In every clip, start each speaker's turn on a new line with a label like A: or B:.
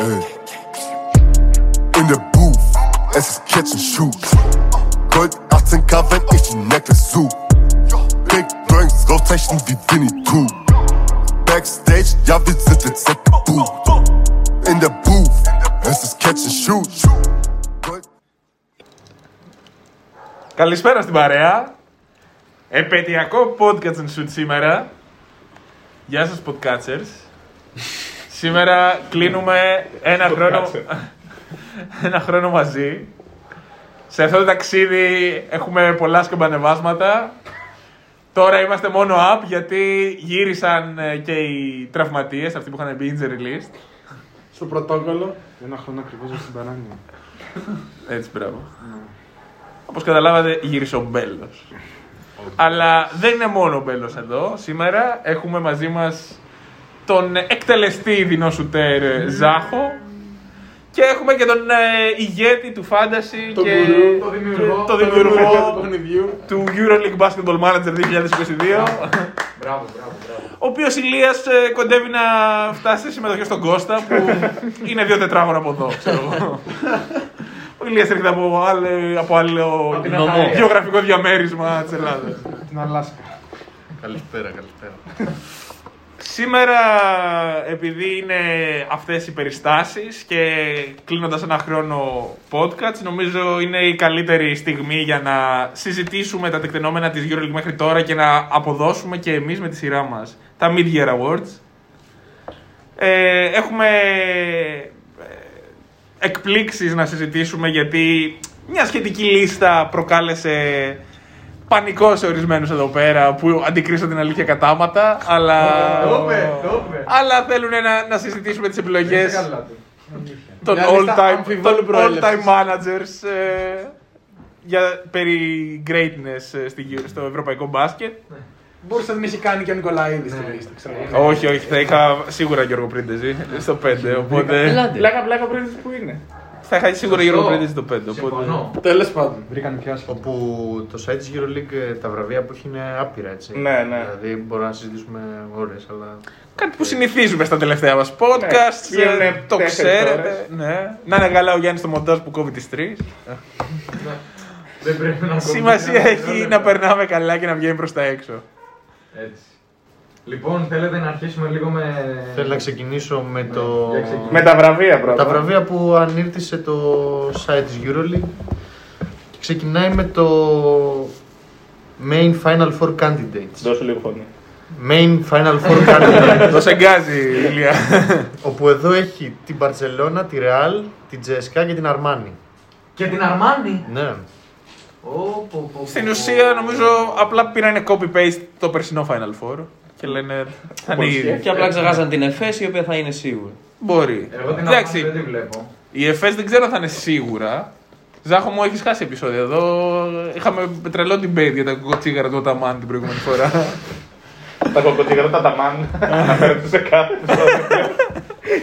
A: Ayy. Äh. In der Booth, es ist Catch and Shoot. Gold 18k, wenn ich die Necklace such. Big Brains, Rauchzeichen wie Winnie Pooh. Backstage, ja, wir sind jetzt abgebucht. In der Booth, es ist Catch and Shoot. Gold
B: Καλησπέρα στην παρέα. Επαιτειακό podcast and shoot σήμερα. Γεια σας podcatchers. σήμερα κλείνουμε ένα χρόνο, ένα χρόνο μαζί. Σε αυτό το ταξίδι έχουμε πολλά σκαμπανεβάσματα. Τώρα είμαστε μόνο up γιατί γύρισαν ε, και οι τραυματίες, αυτοί που είχαν μπει injury list.
C: Στο πρωτόκολλο. Ένα χρόνο ακριβώς στην παράνοια.
B: Έτσι, μπράβο. Όπως καταλάβατε, γύρισε ο Μπέλος. Αλλά δεν είναι μόνο ο Μπέλος εδώ. Σήμερα έχουμε μαζί μας τον εκτελεστή δεινόσουτέρ Ζάχο. Και έχουμε και τον ε, ηγέτη του φάνταση
C: Το
B: και
C: γκουρού, το
B: και
C: δημιουργό,
B: το
C: το
B: δημιουργό
C: δημιουργό του παιχνιδιού.
B: του EuroLeague Basketball Manager 2022.
C: Μπράβο, μπράβο, μπράβο.
B: Ο οποίος ηλία κοντεύει να φτάσει σε συμμετοχή στον Κώστα που είναι δύο τετράγωνα από εδώ, ξέρω εγώ. Ο Ηλίας έρχεται από, άλλη- από άλλο
C: την Αχαρία.
B: γεωγραφικό διαμέρισμα της Ελλάδας.
C: Την Αλάσκα.
D: Καλησπέρα, καλησπέρα.
B: Σήμερα, επειδή είναι αυτές οι περιστάσεις και κλείνοντας ένα χρόνο podcast, νομίζω είναι η καλύτερη στιγμή για να συζητήσουμε τα τεκτενόμενα της EuroLeague μέχρι τώρα και να αποδώσουμε και εμείς με τη σειρά μας τα Mid-Year Awards. Ε, έχουμε ε, εκπλήξεις να συζητήσουμε γιατί μια σχετική λίστα προκάλεσε πανικό σε ορισμένους εδώ πέρα που αντικρίσαν την αλήθεια κατάματα, αλλά...
C: Ε, Όπε, όπε.
B: Αλλά θέλουν να, να συζητήσουμε τις
C: Είστε
B: επιλογές
C: Ε, καλά του.
B: των
C: Μια
B: all
C: λίστα
B: time,
C: αμφιβόλου προέλευσης.
B: managers ε, για, περί greatness ε, στη, γύρω- στο ευρωπαϊκό μπάσκετ.
C: Ναι. Μπορούσε να την έχει κάνει και ο Νικολαίδης στη
E: Ναι.
C: λίστα, ξέρω εγώ.
B: όχι, όχι, θα είχα σίγουρα Γιώργο Πρίντεζη στο 5, οπότε...
C: Πλάκα, πλάκα πριν που είναι.
B: θα είχα σίγουρα Γιώργο Πρίντεζη στο 5,
E: Λοιπόν,
B: οπότε...
E: ναι.
C: Τέλος πάντων.
D: Όπου το site της EuroLeague ε, τα βραβεία που έχει είναι άπειρα, έτσι.
B: Ναι, ναι.
D: Δηλαδή μπορούμε να συζητήσουμε ώρες, αλλά.
B: Κάτι που συνηθίζουμε στα τελευταία μας podcast,
C: πλέον
B: ε,
C: είναι
B: το
C: τέσσερις
B: ξέρετε.
C: ώρες.
B: Ναι. Να είναι καλά ο Γιάννης στο μοντάζ που κόβει τις 3.
D: Δεν πρέπει να
B: Σημασία έχει να περνάμε καλά και να βγαίνει προς τα έξω.
E: Έτσι. Λοιπόν, θέλετε να αρχίσουμε λίγο με.
D: Θέλω να ξεκινήσω με
C: Ναι,
D: το.
E: για ξεκινήσουμε.
B: Με τα βραβεία
D: Τα βραβεία που ανήρτησε το site της EuroLeague και ξεκινάει με το Main Final Four Candidates.
B: Δώσε λίγο φωνή.
D: Main Final Four Candidates.
B: Το σε γκάζει, Ηλία.
D: όπου εδώ έχει την Barcelona, τη Real, την Τζέσκα και την Armani.
E: Και την Αρμάνη.
D: Ναι.
E: Ω, πω, πω,
B: Στην
E: πω.
B: ουσία, νομίζω, απλά πήραν copy-paste το περσινό Final Four και λένε θα είναι οι ίδιοι.
F: Και απλά ξεχάσαν την ΕΦΕΣ η οποία θα είναι σίγουρη.
B: Μπορεί.
E: Εγώ την Αρμάνη δεν
B: Εντάξει,
E: τη βλέπω.
B: η ΕΦΕΣ δεν ξέρω αν θα είναι σίγουρα. Ζάχο μου, έχεις χάσει επεισόδια εδώ. Είχαμε τρελό debate για τα κοτσίγαρα του Οταμάν την προηγούμενη φορά.
C: Τα κοκκοτίγρα τα ταμάν. Αναφέρεται σε κάτι.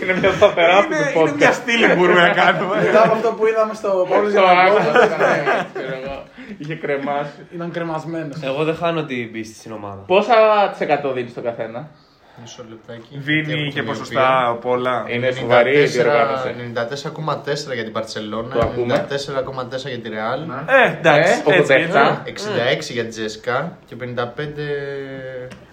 C: Είναι μια σταθερά
B: είναι, είναι μια στήλη που μπορούμε να κάνουμε.
C: Μετά από αυτό που είδαμε στο Παύλο
B: ε,
C: Γιανακόπουλο,
B: Είχε κρεμάσει.
C: ήταν κρεμασμένος.
F: Εγώ δεν χάνω την πίστη στην ομάδα.
B: Πόσα τη εκατό δίνεις στο καθένα.
D: Μισό λεπτάκι.
B: Δίνει και ποσοστά από όλα.
D: Είναι σοβαρή η διοργάνωση. 94,4 για την Παρσελόνα, 94,4 για τη Ρεάλ,
B: Ε, εντάξει. έτσι, έτσι.
D: 66 για την Τζέσκα και 55.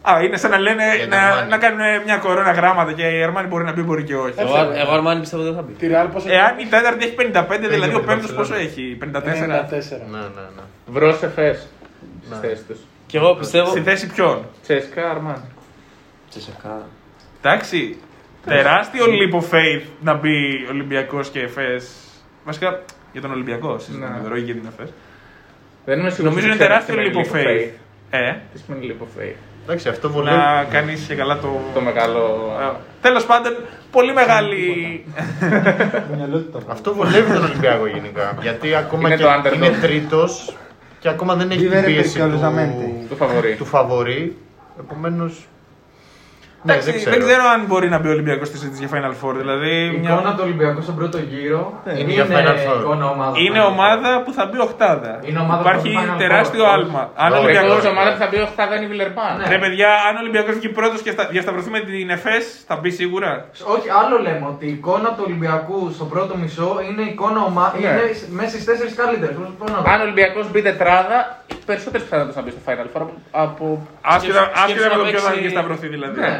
B: Α, είναι σαν να λένε
D: Για την
B: να,
D: Αρμάνη.
B: να κάνουν μια κορώνα γράμματα και η Αρμάνη μπορεί να μπει, μπορεί και όχι.
F: Εγώ, εγώ Αρμάνι πιστεύω δεν θα μπει.
C: Τη Ρεάλ πόσο
B: Εάν η τέταρτη έχει 55, δηλαδή ο
D: την
B: πέμπτος
D: Barcelona.
B: πόσο έχει, 54.
C: 94.
D: Ναι, ναι, ναι.
B: Βρόσε φε.
F: Και εγώ πιστεύω.
B: Στη θέση ποιον.
C: Τσέσκα, Αρμάν.
F: Τσεσεκά.
B: Εντάξει. Τεράστιο λίπο faith να μπει Ολυμπιακός και Εφές. Βασικά για τον Ολυμπιακό, συζητάμε τώρα, όχι για την Εφές.
C: Δεν είμαι σίγουρος
B: Νομίζω είναι
C: ότι ξέρω
B: τεράστιο
C: τι
B: λίπο
C: σημαίνει
B: faith.
C: leap of
B: Ε,
C: faith. Τι σημαίνει leap of faith.
D: Εντάξει, αυτό βολεύει.
B: να κάνεις και καλά το.
C: Το μεγάλο.
B: Τέλος πάντων, πολύ μεγάλη.
D: Αυτό βολεύει τον Ολυμπιακό γενικά. Γιατί ακόμα
C: Είναι
D: και
C: το underdog.
D: είναι τρίτος και ακόμα δεν έχει την
G: River
D: πίεση του,
G: Pericolosamente.
C: Το φαβορή.
D: του φαβορή. Επομένως. Ναι,
B: Εντάξει,
D: δεν
B: δεν
D: ξέρω.
B: ξέρω αν μπορεί να μπει ο Ολυμπιακός στη συζήτηση για Final Four. Δηλαδή,
E: Η
B: μια-
E: εικόνα του Ολυμπιακού στον πρώτο γύρο
C: Ναι,
D: Είναι για Final Four.
E: εικόνα ομάδας.
B: είναι ομάδα που θα μπει οχτάδα.
E: Είναι ομάδα
B: Υπάρχει
E: που θα πάει
B: τεράστιο
E: Final Four.
B: άλμα. Αν ο
D: Ωραία,
C: Η
B: Ολυμπιακός-
C: πρώτη ομάδα που θα μπει οχτάδα είναι η Βιλερμπάν.
E: Ναι.
B: Ρε παιδιά, αν ο Ολυμπιακός βγει πρώτος και στα- διασταυρωθεί με την ΕΦΕΣ, θα μπει σίγουρα.
E: Όχι, άλλο λέμε ότι η εικόνα του Ολυμπιακού στο πρώτο μισό είναι εικόνα ομάδα.
C: Ναι.
E: Είναι σ- μέσα στις τέσσερις καλύτερες. Πώς να το
C: Αν ο Ολυμπιακός μπει τετράδα, περισσότερες πιθανότητες να μπει στο Final Four από- από.
B: Άσχετα
C: σκέψου
B: άσχετα με
C: να
B: το ποιος θα
C: παίξει-
B: βγει σταυρωθεί δηλαδή.
D: ναι,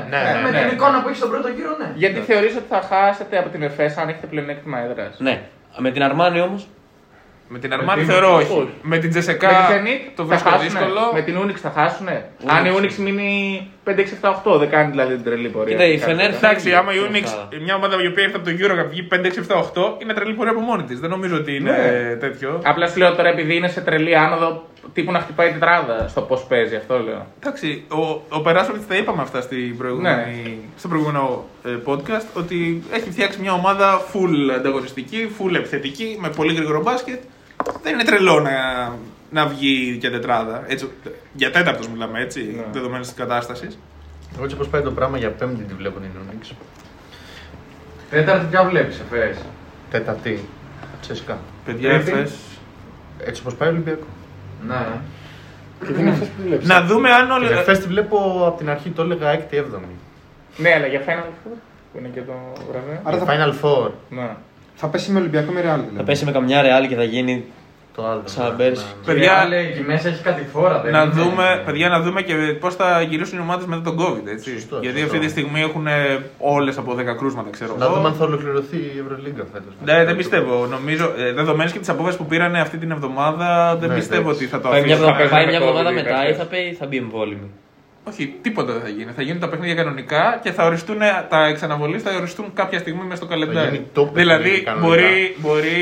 E: με
C: ναι,
E: την
C: ναι.
E: εικόνα που έχει στον πρώτο γύρο, ναι.
C: Γιατί θεωρείς ότι θα χάσετε από την ΕΦΕΣ αν έχετε πλεονέκτημα έδρας.
F: Ναι. Με την Αρμάνη όμως.
B: Με την Αρμάνη
E: την-
B: θεωρώ
C: όχι.
B: όχι. Με την
C: Με τη
B: Τζεσεκά
C: Zenit
B: το
C: θα
B: βρίσκω
C: χάσουνε.
B: δύσκολο.
C: Με την Unix θα χάσουνε. Αν η Unix μείνει 5-6-7-8, δεν κάνει δηλαδή την τρελή πορεία.
F: Κοίτα, η
C: Δεν κάνει
F: Fener
C: τίποτα.
F: θα-
B: Εντάξει, άμα η
F: Στην
B: Unix,
F: οχτάδα.
B: μια ομάδα η οποία ήρθε από το Euro βγει 5-6-7-8, είναι τρελή πορεία από μόνη της. Δεν νομίζω ότι είναι
C: Ναι.
B: τέτοιο.
C: Απλά σου λέω τώρα επειδή είναι σε τρελή άνοδο, τύπου να χτυπάει τετράδα στο πώς παίζει, αυτό λέω.
B: Εντάξει, ο, ο Περάσοβιτ τα είπαμε αυτά στην προηγούμενη,
D: Ναι.
B: στο προηγούμενο ε, podcast ότι έχει φτιάξει μια ομάδα full ανταγωνιστική, full επιθετική, με πολύ γρήγορο μπάσκετ. Δεν είναι τρελό να, να βγει και τετράδα. Έτσι, για τέταρτος μιλάμε έτσι,
D: Ναι.
B: δεδομένης της κατάστασης.
D: Εγώ έτσι πώ πάει το πράγμα για πέμπτη τη βλέπω την Ιούνιξ.
E: Τέταρτη πια βλέπεις, εφές.
D: Τετατή. Τσεσικά.
B: Παιδιά,
D: Ε,
E: Τρίτη.
B: εχθές-
D: Έτσι πώ πάει ο Ολυμπιακός.
E: Ναι.
B: Να δούμε αν
D: Την
B: όλοι.
D: Εφές τη βλέπω από την αρχή το έλεγα 6η-7η.
C: Ναι, αλλά για Final Four που είναι και το βραβείο.
G: Άρα θα,
D: Final Four.
C: Ναι.
G: θα πέσει με Ολυμπιακό με Ρεάλ.
F: Θα
H: Ναι.
G: Δηλαδή.
F: πέσει με καμιά ρεάλ και θα γίνει.
D: Το άλλο.
F: Σαν πέρσι.
D: Ναι, ναι.
B: Παιδιά,
E: Παιδιά, λέει, εκεί μέσα έχει κάτι φόρα. δεν
B: Να
E: είναι.
B: δούμε, παιδιά, να δούμε και πώς θα γυρίσουν οι ομάδες μετά τον COVID. Έτσι.
D: Σωστό,
B: Γιατί
D: σωστό.
B: αυτή τη στιγμή έχουν όλες από 10 κρούσματα, ξέρω
D: Να
B: εγώ.
D: δούμε αν θα ολοκληρωθεί η Ευρωλίγκα φέτος.
B: Ναι, δεν πιστεύω. Νομίζω, ε, δεδομένες και τη απόφαση που πήραν αυτή την εβδομάδα, δεν
D: Ναι,
B: πιστεύω
D: εντάξει.
B: ότι θα το
F: Πάει μια,
B: αφήσουν.
C: παίζουν
F: πάει
C: με
F: μια
C: COVID
F: εβδομάδα
C: οι
F: μετά
H: ναι.
F: ή
C: παίκτες.
F: θα, πει- θα μπει εμβόλυμη.
B: Όχι, τίποτα δεν θα γίνει. Θα γίνουν τα παιχνίδια κανονικά και θα οριστούν ε, τα εξαναβολής, θα οριστούν κάποια στιγμή μέσα στο
D: γίνει
B: καλεντάρι.
D: το παιχνίδι
B: Δηλαδή,
D: κανονικά.
B: μπορεί, μπορεί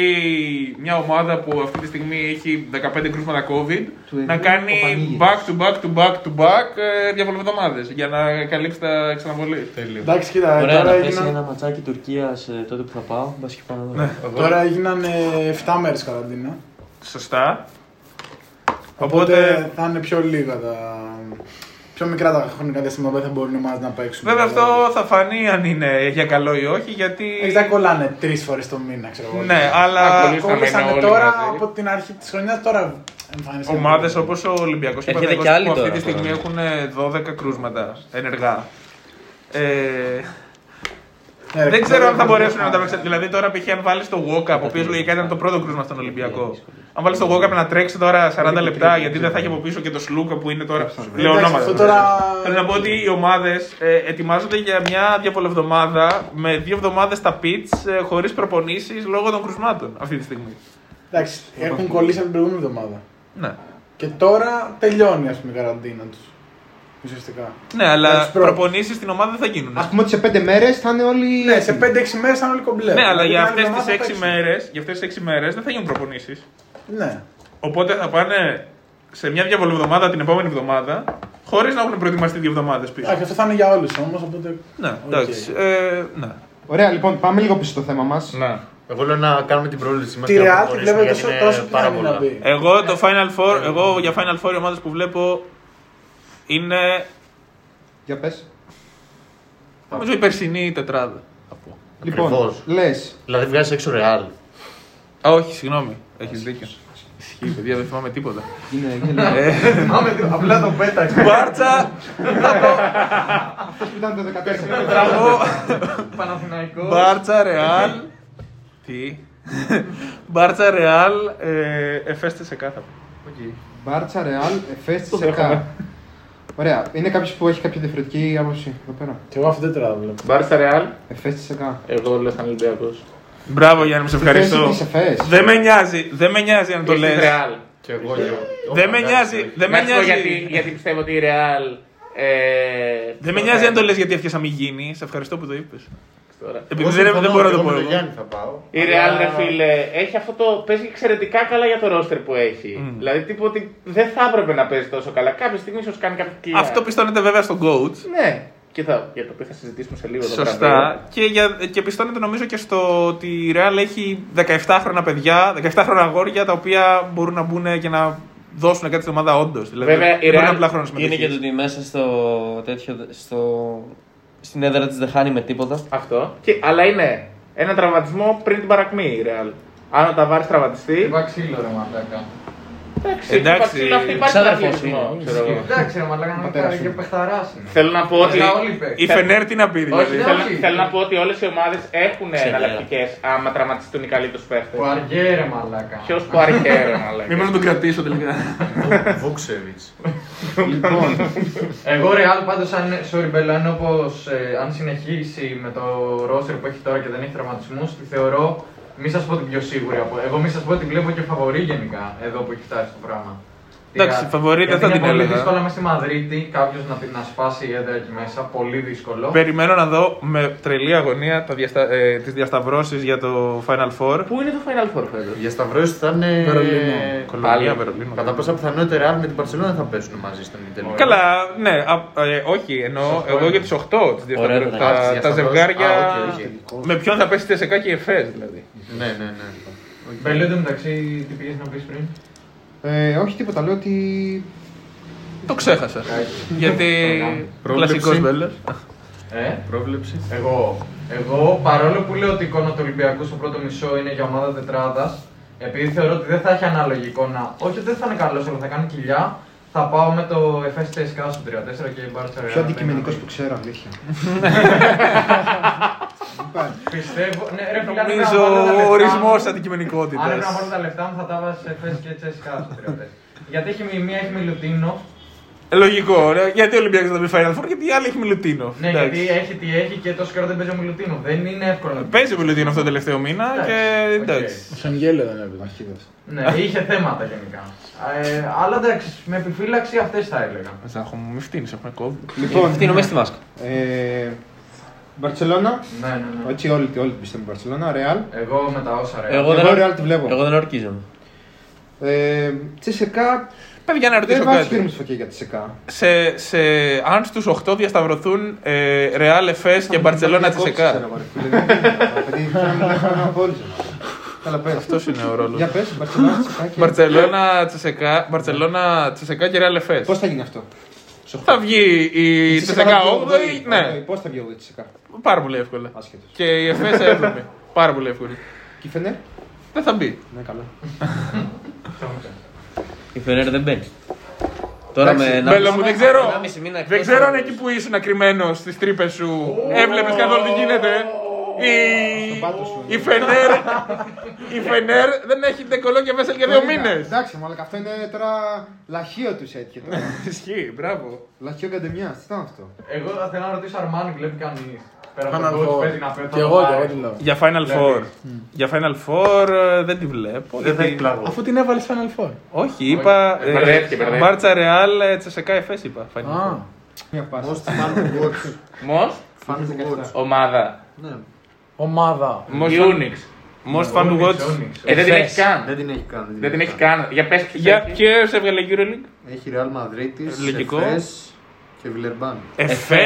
B: μια ομάδα που αυτή τη στιγμή έχει 15 κρούσματα COVID να κάνει back to back to back to back ε, διαβολοβδομάδες για να καλύψει τα εξαναβολή.
G: Εντάξει,
H: Ε,
G: κοίτα,
F: Ωραία να
G: τώρα
F: πέσει
G: έγιναν,
F: ένα ματσάκι Τουρκίας τότε που θα πάω. Μπας και πάμε
H: Ναι,
F: εδώ.
G: τώρα έγιναν ε, 7 μέρες καραντίνα.
B: Σωστά.
G: Οπότε,
B: Οπότε-
G: θα είναι πιο λίγα τα. πιο μικρά τα χρονικά διαστήματα που θα μπορούν οι ομάδες να παίξουν.
B: Βέβαια αυτό θα φανεί αν είναι για καλό ή όχι, γιατί...
G: Εντάξει, δεν κολλάνε τρεις φορές το μήνα, ξέρω εγώ.
B: Ναι, αλλά
C: Ακολουθήσαμε είναι
G: Κόλλησαν
C: όλοι
G: τώρα
C: μαζί.
G: από την αρχή της χρονιάς, τώρα εμφανίστηκαν.
B: ομάδες όπως ο Ολυμπιακός και ο
F: Έρχεται
B: Παναθηναϊκός
F: κι
B: που
F: άλλη
B: αυτή τη στιγμή
F: τώρα,
B: έχουν 12 κρούσματα ενεργά. Ε,
G: Ναι, ρε,
B: δεν ξέρω αν θα
G: κολλάνε.
B: μπορέσουν να τα παίξουν. Δηλαδή τώρα π.χ. αν βάλεις το walk-up, ο οποίος λογικά ήταν το πρώτο κρούσμα στον Ολυμπιακό. Αν βάλεις το walk-up να τρέξει τώρα 40 λεπτά, γιατί δεν θα έχει από πίσω και το σλούκα που είναι τώρα. Λέω
G: Εντάξει,
B: ονόματα.
G: αυτό τώρα...
B: Θέλω να πω ότι οι ομάδες ετοιμάζονται για μια διαβολοβδομάδα με δύο εβδομάδες στα pitch ε, χωρίς προπονήσεις λόγω των κρουσμάτων αυτή τη στιγμή.
G: Εντάξει, έχουν κολλήσει από την προηγούμενη εβδομάδα.
B: Ναι.
G: Και τώρα τελειώνει, ας πούμε, η καραντίνα τους. Ουσιαστικά.
B: Ναι, αλλά
G: Εντάξει, προ-
B: προπονήσεις στην ομάδα δεν θα γίνουν.
G: Α,
B: Ναι,
G: Ας
I: πούμε ότι σε πέντε μέρες θα είναι όλοι.
G: Ναι, σε 5-6 μέρες θα είναι όλοι κομπλέ.
B: Ναι, αλλά
G: Δηλαδή,
B: για
G: την
B: αυτές
G: άλλη εβδομάδα
B: τι
G: θα
B: 6
G: παίξουν.
B: μέρες για αυτές τις έξι μέρες δεν θα γίνουν προπονήσεις.
G: Ναι.
B: Οπότε θα πάνε σε μια διαβολοβδομάδα την επόμενη εβδομάδα χωρίς να έχουν προετοιμαστεί δύο εβδομάδες πίσω.
G: Εντάξει, αυτό θα είναι για όλους όμως, οπότε.
B: Ναι,
G: Οκ.
B: εντάξει. ε, ναι.
I: Ωραία, λοιπόν, πάμε λίγο πίσω στο θέμα μας.
C: Ναι.
D: Εγώ λέω να κάνουμε την πρόληψη μα.
G: Τη Real τη βλέπω τόσο, τόσο πιθανή να μπει.
B: Εγώ το Final Four, εγώ για Final Four οι ομάδες που βλέπω είναι
I: Για πες.
B: νομίζω η περσινή τετράδα. θα πω.
I: Λοιπόν,
D: Ακριβώς.
I: λες.
D: Δηλαδή βγάζει έξω ρεάλ.
B: Α, όχι, συγγνώμη. Έχεις δίκιο. Ισχύει, παιδιά, δεν θυμάμαι τίποτα. Ε,
G: Θυμάμαι, απλά το πέταξε.
B: Μπάρτσα,
I: Ήταν το 14.
B: θα πω.
E: Παναθηναϊκός.
B: Μπάρτσα, Ρεάλ. Τι. Μπάρτσα, Ρεάλ, ε, εφέστε σε κάθε.
I: Μπάρτσα, Ρεάλ, Εφές, Σεκά. Ωραία. Είναι κάποιος που έχει κάποια διαφορετική άποψη εδώ πέρα.
G: Και εγώ αυτή δεν τετράδα βλέπω.
C: Μπάρισα Ρεάλ,
I: Εφές, Σεκά.
C: εγώ λέω σαν Ολυμπιακός.
B: Μπράβο, Γιάννη, μου σε ευχαριστώ.
I: Εφές, Εφές.
B: Δεν με νοιάζει, δεν με νοιάζει αν το λες.
C: Ρεάλ.
D: Και εγώ λέω.
B: Δεν με νοιάζει, δεν με
C: Να σου πω γιατί,
B: νοιάζει.
C: γιατί πιστεύω ότι η Ρεάλ. Ε,
B: Δεν με νοιάζει αν το λες γιατί έφτιασα μη γίνει. Σε ευχαριστώ που το είπες.
C: τώρα.
B: Επειδή δεν, δεν μπορώ να το πω.
D: Με τον
B: εγώ.
D: Γιάννη θα πάω.
C: Η Real, ρε φίλε, έχει αυτό το. Παίζει εξαιρετικά καλά για το ρόστερ που έχει.
B: Mm.
C: Δηλαδή, τύπου ότι δεν θα έπρεπε να παίζει τόσο καλά. Κάποια στιγμή ίσως κάνει κάποια κλειδιά.
B: Αυτό πιστώνεται βέβαια στον coach.
C: Ναι, και θα, για το οποίο θα συζητήσουμε σε λίγο το βραβείο.
B: Σωστά. Και, για, και πιστώνεται νομίζω και στο ότι η Real έχει 17χρονα παιδιά, 17χρονα αγόρια τα οποία μπορούν να μπουν και να δώσουν κάτι στην ομάδα όντως. Δηλαδή,
C: Βέβαια,
B: δεν
C: η
B: μπορεί
C: Real
B: να είναι απλά χρόνος
F: Είναι και το
B: συμμετοχής.
F: ότι μέσα στο τέτοιο. Στο... Στην έδρα της δεν χάνει με τίποτα.
C: Αυτό. Και, αλλά είναι ένα τραυματισμό πριν την παρακμή η Real. Αν ο Ταβάρη τραυματιστεί.
E: Είπα ξύλο ρε μαλάκα.
C: Εντάξει,
B: Εντάξει.
C: εντάξει. Αυτή υπάρχει
F: Ξάδερφος
C: τραυματισμό.
F: είναι.
C: ξέρω εγώ.
E: Εντάξει ρε μαλάκα, να μην
G: Πατέρα
E: κάνει
G: σου.
E: και παιχταράς είναι.
C: Θέλω να πω ότι.
E: Καλά, όλοι οι παίκτες.
B: Η Φενέρ τι να πει δηλαδή.
E: Όχι,
C: Θέλω,
E: Όχι.
C: θέλω να πω ότι όλες οι ομάδες έχουν
F: Ξενέρα.
C: εναλλακτικές άμα τραυματιστούν οι καλύτερους παίχτε.
E: Ο Αργέ ρε μαλάκα.
C: Ποιος που αρχαίρε να
B: Μήπω να τον κρατήσω τελικά.
D: Βούξεβιτ.
E: Λοιπόν, εγώ Real πάντως αν, sorry, Μπέλα, αν, όπως, ε, αν συνεχίσει με το roster που έχει τώρα και δεν έχει τραυματισμούς, τη θεωρώ, μη σας πω την πιο σίγουρη από... Εγώ μη σας πω ότι βλέπω και φαβορή γενικά, εδώ που έχει φτάσει το πράγμα.
B: Εντάξει,
E: Τη-
B: φαβορή δεν
E: γιατί
B: θα την
E: Είναι πολύ
B: έλεγα.
E: δύσκολο μέσα στη Μαδρίτη κάποιος να, την- να σπάσει η έντρα εκεί μέσα. Πολύ δύσκολο.
B: Περιμένω να δω με τρελή αγωνία τα διαστα... ε, τις διασταυρώσεις για το Final Four.
C: Πού είναι το Final Four φέτο.
D: Για σταυρώσει θα είναι.
B: Βερολίνο. Κολονία, Βερολίνο.
D: Κατά πάσα πιθανότητα η Real με την Παρσελόνα θα πέσουν μαζί στον Ιταλικό.
B: Καλά, ναι, α, ε, όχι, εννοώ εγώ για τις 8 τις διασταυρώσεις.
F: Ωραία,
B: τα,
D: εντάξει,
B: τα
D: διασταυρώσεις.
B: ζευγάρια.
D: Α, οκ, οκ.
B: Με ποιον θα πέσει TSK και η ΕΦΕΣ δηλαδή.
D: Ναι, ναι, ναι.
E: Μπέλα, εν τω Ε, μεταξύ, τι πήγες να πεις πριν.
H: Ε, όχι τίποτα, λέω ότι.
B: Το ξέχασα. Γιατί.
D: Πρόβλεψη.
B: Κλασικός μπέλο.
E: Ε?
D: Πρόβλεψη.
E: Εγώ, εγώ παρόλο που λέω ότι η εικόνα του Ολυμπιακού στο πρώτο μισό είναι για ομάδα τετράδας, επειδή θεωρώ ότι δεν θα έχει ανάλογη εικόνα, όχι ότι δεν θα είναι καλός, αλλά θα κάνει κοιλιά, θα πάω με το FS TSK στο 34 και η Barca Real
H: Πιο αντικειμενικός που
E: απέναντι.
H: ξέρω, αλήθεια. Υπάρχει.
E: Πιστεύω. Ναι, ρε, φίλε, αν έπρεπε να
B: Νομίζω
E: βάλω τα λεφτά
B: ο
E: μου-
B: ορισμό
E: Αν έπρεπε να βάλω
B: αντικειμενικότητα.
E: τα λεφτά μου, θα τα βάζω σε FS και TSK στο 34. Γιατί έχει μη- μία έχει Μιλουτίνο,
B: Λογικό, ρε. Γιατί ο Ολυμπιακός δεν πει Final Four, γιατί η άλλη έχει Μιλουτίνο.
E: ναι,
B: Εντάξει.
E: γιατί έχει τι έχει και τόσο καιρό δεν παίζει ο Μιλουτίνο. Δεν είναι εύκολο.
B: Παίζει ο Μιλουτίνο αυτό το τελευταίο μήνα
E: Εντάξει,
B: και
E: οκ.
B: Ε, εντάξει.
G: Ο Σαγγέλε δεν έπαιζε.
E: Ναι, είχε θέματα γενικά. Ε, αλλά εντάξει, με επιφύλαξη αυτές θα έλεγα.
B: Ζάχο μου, μη φτύνεις, έχουμε κόβει.
H: Λοιπόν,
F: Αυτή είναι μέσα στη μάσκα.
H: ε, Μπαρσελόνα,
E: Ναι, ναι, ναι.
H: έτσι όλοι, όλοι πιστεύουν Μπαρσελόνα, Ρεάλ.
E: Εγώ με τα όσα ρε.
H: Εγώ Real τη βλέπω.
F: Εγώ δεν ορκίζομαι.
H: Ε, Τσεσεκά,
B: Παιδιά, να
H: δεν
B: ρωτήσω
H: Ε, βάζει χέρι μου
B: κάτι.
H: στο φακέ για Τσεσεκά.
B: Σε, σε, αν στους 8 διασταυρωθούν ε, Real Εφές και Μπαρσελόνα Τσεκά.
H: Καλά, πες.
B: Αυτός είναι ο ρόλος.
H: Για πες, Μπαρσελόνα, Τσεσεκά και-
B: Μπαρσελόνα Τσεκά, Μπαρσελόνα Τσεκά και Real Εφές.
H: Πώς θα γίνει αυτό.
B: Θα βγει η Τσεκά 8η, ναι,
H: Ναι. Πώς θα βγει ο Τσεσεκά,
B: πάρα πολύ εύκολα.
H: άσχετος.
B: Και η Εφέ 7η. Πάρα πολύ εύκολη.
H: Και η Φενέρ,
B: Δεν θα μπει.
H: ναι καλά.
F: Η Φενέρ δεν μπαίνει. Τώρα
H: Εντάξει,
F: με
B: Μπέλα μου, δεν ξέρω.
F: 1,5 μήνα
B: Δεν
F: εκτός
B: ξέρω αν
F: από-
B: εκεί που ήσουν κρυμμένο στις τρύπες σου έβλεπες καθόλου τι γίνεται. Η,
H: πάτο σου,
B: η Φενέρ, η Φενέρ δεν έχει ντεκολό και βέσελ για δύο μήνες.
H: Εντάξει, μάλλον αυτό είναι τώρα λαχείο ε. τους έτυχε τώρα.
B: Ισχύει, μπράβο.
H: Λαχείο καντεμιάς, τι ήταν αυτό.
E: Εγώ θα θέλω να ρωτήσω Αρμάνι, βλέπει κανείς. Πέρα από
G: Final
E: τον coach,
G: Four.
E: παίζει να φέρει.
G: Και εγώ, και εγώ τι λέω.
B: Για Final Four. Για Final Four ε, δεν τη βλέπω.
D: Δεν θα
B: γιατί-
D: έχει πλαγό.
G: Αφού την έβαλες Final Four.
B: Όχι, είπα. ε,
C: Μπερδεύτηκε, μπερδεύτηκε.
B: Μπάρτσα Ρεάλ, ε, Τσεσεκά Εφές είπα. Final Four.
G: Α,
H: Μια πάσα.
D: Most fan who watch.
C: Most
D: Fan who watch.
C: ομάδα.
G: ομάδα.
B: Most
C: Η
B: fun-
C: Unix.
B: Most fun watch.
C: Ε, δεν την έχει καν.
D: Δεν την έχει κάνει.
C: Δεν την έχει καν. Για πες ποιος
B: Για
C: έχει.
B: ποιο έβγαλε η Euroleague.
D: Έχει Real Madrid,
B: Λογικό.
D: Εφές και Βιλερμπάν.
B: Εφέ.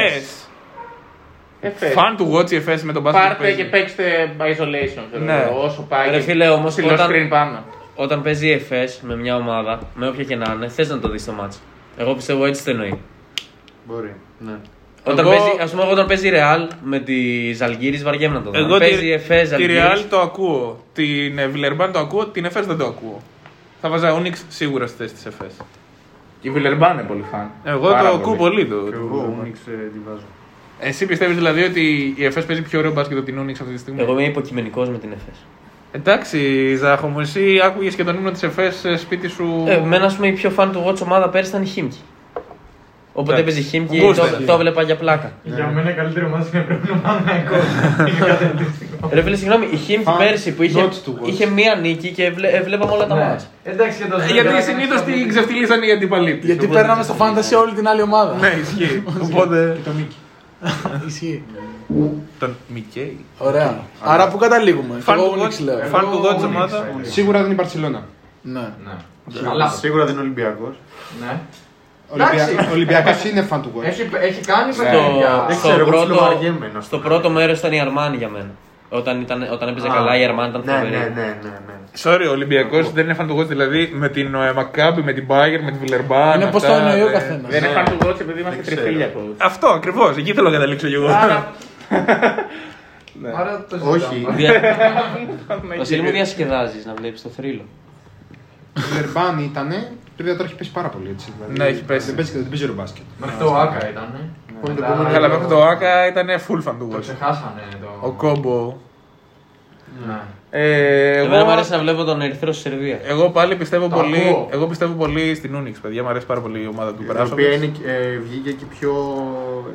C: Ε, φες.
B: Fan του watch Εφέ με τον Μπάσκετ. που
C: Πάρτε
B: παίζει.
C: και παίξτε isolation. ξέρω
B: Ναι.
C: εγώ, Όσο πάει.
F: Ρε φίλε, όμως,
C: Ψηλό
F: όταν-
C: screen πάνω.
F: Όταν παίζει η ΕΦΕΣ με μια ομάδα, με όποια και να είναι, θες να το δεις το μάτσο. Εγώ πιστεύω έτσι το εννοεί.
D: Μπορεί. Ναι.
F: Όταν
B: Εγώ-
F: παίζει, ας πούμε, όταν παίζει η Ρεάλ με τη Ζαλγίρη, βαριέμαι να το δω.
B: Εγώ
F: Αν παίζει η
B: τη,
F: ΕΦΕΣ,
B: τη
F: Ζαλγίρη.
B: Real το ακούω. Την ε, Villarreal το ακούω, την Εφές δεν το ακούω. Θα βάζα Unix σίγουρα στη θέση της Εφές.
C: Η Βιλερμπάν είναι πολύ φαν.
B: Εγώ
C: Πάρα
B: το ακούω πολύ το.
D: Και εγώ ο Unix ε, τη βάζω.
B: Εσύ πιστεύεις δηλαδή ότι η Εφές παίζει πιο ωραίο μπάσκετ από την Unix αυτή τη στιγμή.
F: Εγώ είμαι υποκειμενικός με την ΕΦΕΣ.
B: Εντάξει, Ζάχο μου, εσύ άκουγες και τον ύμνο της Εφές ε, σπίτι σου.
F: Ε, εμένα, ας πούμε, η πιο fan του Watch ομάδα πέρσι ήταν η Χίμκι. Όποτε
B: Ναι.
F: έπαιζε η Χίμκι,
B: Γκούστα,
F: το,
B: Χίμκι.
F: το έβλεπα για πλάκα.
E: Ναι. Για μένα η καλύτερη ομάδα στην Ευρώπη είναι ο Παναγιακό. Είναι κατεληστικό.
F: Ρε φίλε, συγγνώμη, η Χίμκι
H: Fan
F: πέρσι που είχε,
H: not to watch.
F: είχε μία νίκη και βλέ, ε, βλέπαμε όλα τα
E: Ναι.
F: μάτς.
E: Εντάξει και το
B: Ε,
E: Σβέντερα
B: γιατί
E: κάνει
B: συνήθως
E: στο
B: την
E: μύτη.
B: ξεφτυλίσαν οι αντιπαλοί της,
G: Γιατί
B: οπότε-
G: παίρναμε στο fantasy όλη την άλλη ομάδα.
B: Ναι, ισχύει. Ναι, Οπότε.
G: Ναι, Και το νίκη. Ισχύει.
B: Τον Μικέη. Ναι.
G: Ωραία. Άρα πού καταλήγουμε.
B: Φαν
G: Εγώ
B: του
G: Unix
B: God-
G: λέω.
B: Φαν του
E: Εγώ
B: God της
E: Unix,
B: ομάδας.
E: θα έλεγα.
H: Σίγουρα δεν είναι η Μπαρσελόνα.
G: Ναι.
E: Ναι. Αλλά.
D: Σίγουρα δεν είναι Ολυμπιακός.
E: Ναι.
H: Ολυμπιακό Ολυμπιακός είναι φαν του Ναι. Γκολ.
E: Έχει, έχει κάνει
F: Στο,
E: παιχνίδια.
F: στο
D: ξέρω, εγώ
F: πρώτο,
D: ψιλοβαριέμαι, να σου
F: στο
D: πω.
F: πρώτο μέρος ήταν η Αρμάνη για μένα. Όταν, ήταν, όταν έπαιζε καλά, η Αρμάνη ήταν
D: Ναι,
F: φοβερή.
D: ναι, ναι, ναι. ναι.
B: Sorry, ο Ολυμπιακός δεν είναι φαν του God, δηλαδή με την ε, Μακάμπη, με την Bayern, με την Βιλερμπάν.
G: Είναι πώς το
B: αυτά,
G: εννοεί ο
B: ε,
G: καθένας.
C: Δεν είναι φαν του Γκότς επειδή είμαστε
D: ξέρω.
C: τριφύλια coach.
B: Αυτό ακριβώς, εκεί θέλω να καταλήξω κι εγώ.
C: Άρα,
H: Ναι.
E: Άρα το ζητάμε.
D: Όχι.
F: Δια... Βασίλη μου διασκεδάζεις να βλέπεις το θρύλο.
H: Η Λερμπάν ήτανε. Βέβαια Ε, τώρα έχει πέσει πάρα πολύ έτσι. δηλαδή.
B: Ναι, έχει πέσει.
H: Δεν παίζει, δεν παίζει ρουμπάσκετ.
E: Μέχρι το Άκα ήταν.
B: Ναι. Καλά, μέχρι το Άκα ήταν full fan του
E: Το
B: God.
E: ξεχάσανε
B: Ο
E: το.
B: Κόμπο.
E: Ναι.
B: Ε,
F: Εμένα μου
B: εγώ,
F: αρέσει να βλέπω τον Ερυθρό στη Σερβία.
B: εγώ πάλι πιστεύω
E: Το
B: πολύ,
E: ακούω.
B: εγώ πιστεύω πολύ στην Unix, παιδιά. Μου αρέσει πάρα πολύ η ομάδα του
D: Η
B: Περάσοβιτς.
D: οποία είναι, ε, βγήκε και πιο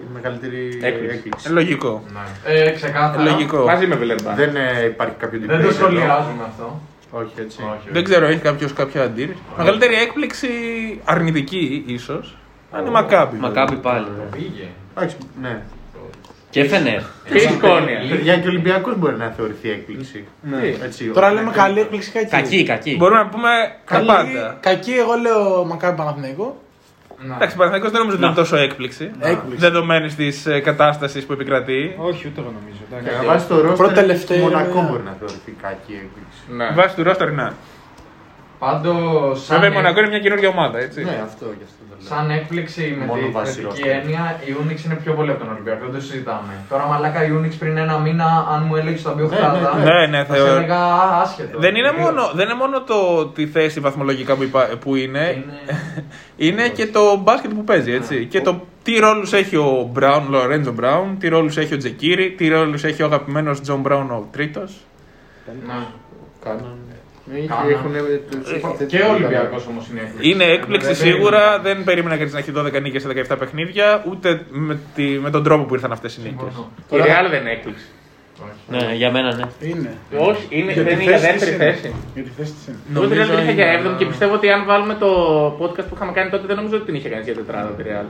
D: η μεγαλύτερη
F: Έκπληξη.
B: Ε,
D: έκπληξη.
B: Λογικό.
E: Ε, ξεκάθαρα.
B: Λογικό.
F: Μαζί με Βιλερμπάν.
D: Δεν ε, υπάρχει κάποιο
E: Δεν
D: debate
E: το
D: εδώ.
E: σχολιάζουμε αυτό.
D: Όχι, έτσι.
B: Δεν ξέρω, έχει κάποιος κάποια αντίρρηση. Μεγαλύτερη έκπληξη αρνητική, ίσως. Αν η Μακάμπη.
F: Μακάμπι πάλι.
E: Πήγε.
D: Εντάξει, ναι.
F: Και Φενέρ.
C: Τι
E: Ε,
C: σκόνια.
D: Παιδιά και ο Ολυμπιακό μπορεί να θεωρηθεί έκπληξη. Ναι. Έτσι,
G: Τώρα
D: όχι,
G: λέμε
D: ναι.
G: καλή έκπληξη κακή.
F: Κακή, κακή.
B: Μπορούμε να πούμε τα
G: Καλή-
B: πάντα.
G: Κακή, εγώ λέω Μακάμπι Παναθηναϊκό.
E: Ναι.
B: Εντάξει, Παναθηναϊκός δεν νομίζω ότι είναι τόσο έκπληξη.
G: Έκπληξη.
B: Δεδομένης της κατάστασης που επικρατεί.
H: Όχι, ούτε εγώ νομίζω. εντάξει.
D: Ναι, να βάζει το ρόστερ,
G: Πρώτα-τελευταία,
D: Μονακό
G: ναι.
D: μπορεί να θεωρηθεί κακή έκπληξη.
B: Βάσει του ρόστερ, να.
E: Πάντως, σαν, ε-
B: Βέβαια, η Μονακό είναι μια καινούργια ομάδα, έτσι.
D: Ναι, αυτό και αυτό το λέω.
E: σαν έκπληξη με
D: Μόνο
E: την
D: βασιλός.
E: θετική έννοια, η Unix είναι πιο πολύ από τον Ολυμπιακό. Δεν το συζητάμε. Τώρα, μαλάκα, η Unix πριν ένα μήνα, αν μου έλεγε τα μπει χτάδα.
D: ναι,
B: ναι, ναι,
E: θα
B: θεωρώ.
E: σε έλεγα α, άσχετο.
B: Δεν είναι,
E: Τελείως.
B: μόνο, δεν είναι μόνο το τη θέση βαθμολογικά που, υπά- που είναι,
E: Είναι-
B: είναι και το μπάσκετ που παίζει, έτσι. Και το τι ρόλους έχει ο Μπράουν, Λορέντζο Μπράουν, τι ρόλους έχει ο Τζεκίρι, τι ρόλους έχει ο αγαπημένος Τζον Μπράουν ο τρίτος.
E: Ναι. Κάνα.
B: Ε,
D: Κάναν.
E: Και ο Ολυμπιακός όμως είναι έκπληξη.
B: Είναι έκπληξη
E: Δεν
B: σίγουρα.
E: περίμενα.
B: Δεν περίμενα κανεί να έχει 12 νίκες σε 17 παιχνίδια, ούτε με, τη, με τον τρόπο που ήρθαν αυτές οι νίκες.
E: Συμφωνώ.
C: Η Real δεν είναι έκπληξη.
F: Ναι, για μένα ναι.
G: Είναι.
C: Όχι, είναι,
G: Για τη
C: δεν είναι για
G: θέση της
C: δεύτερη
G: είναι.
C: θέση.
G: Για τη θέση της είναι.
C: Εγώ την Real την είχα για
E: είναι-
C: έβδομη και πιστεύω ότι αν βάλουμε το podcast που είχαμε κάνει τότε δεν νομίζω ότι την είχε κάνει για τετράδα τη Real.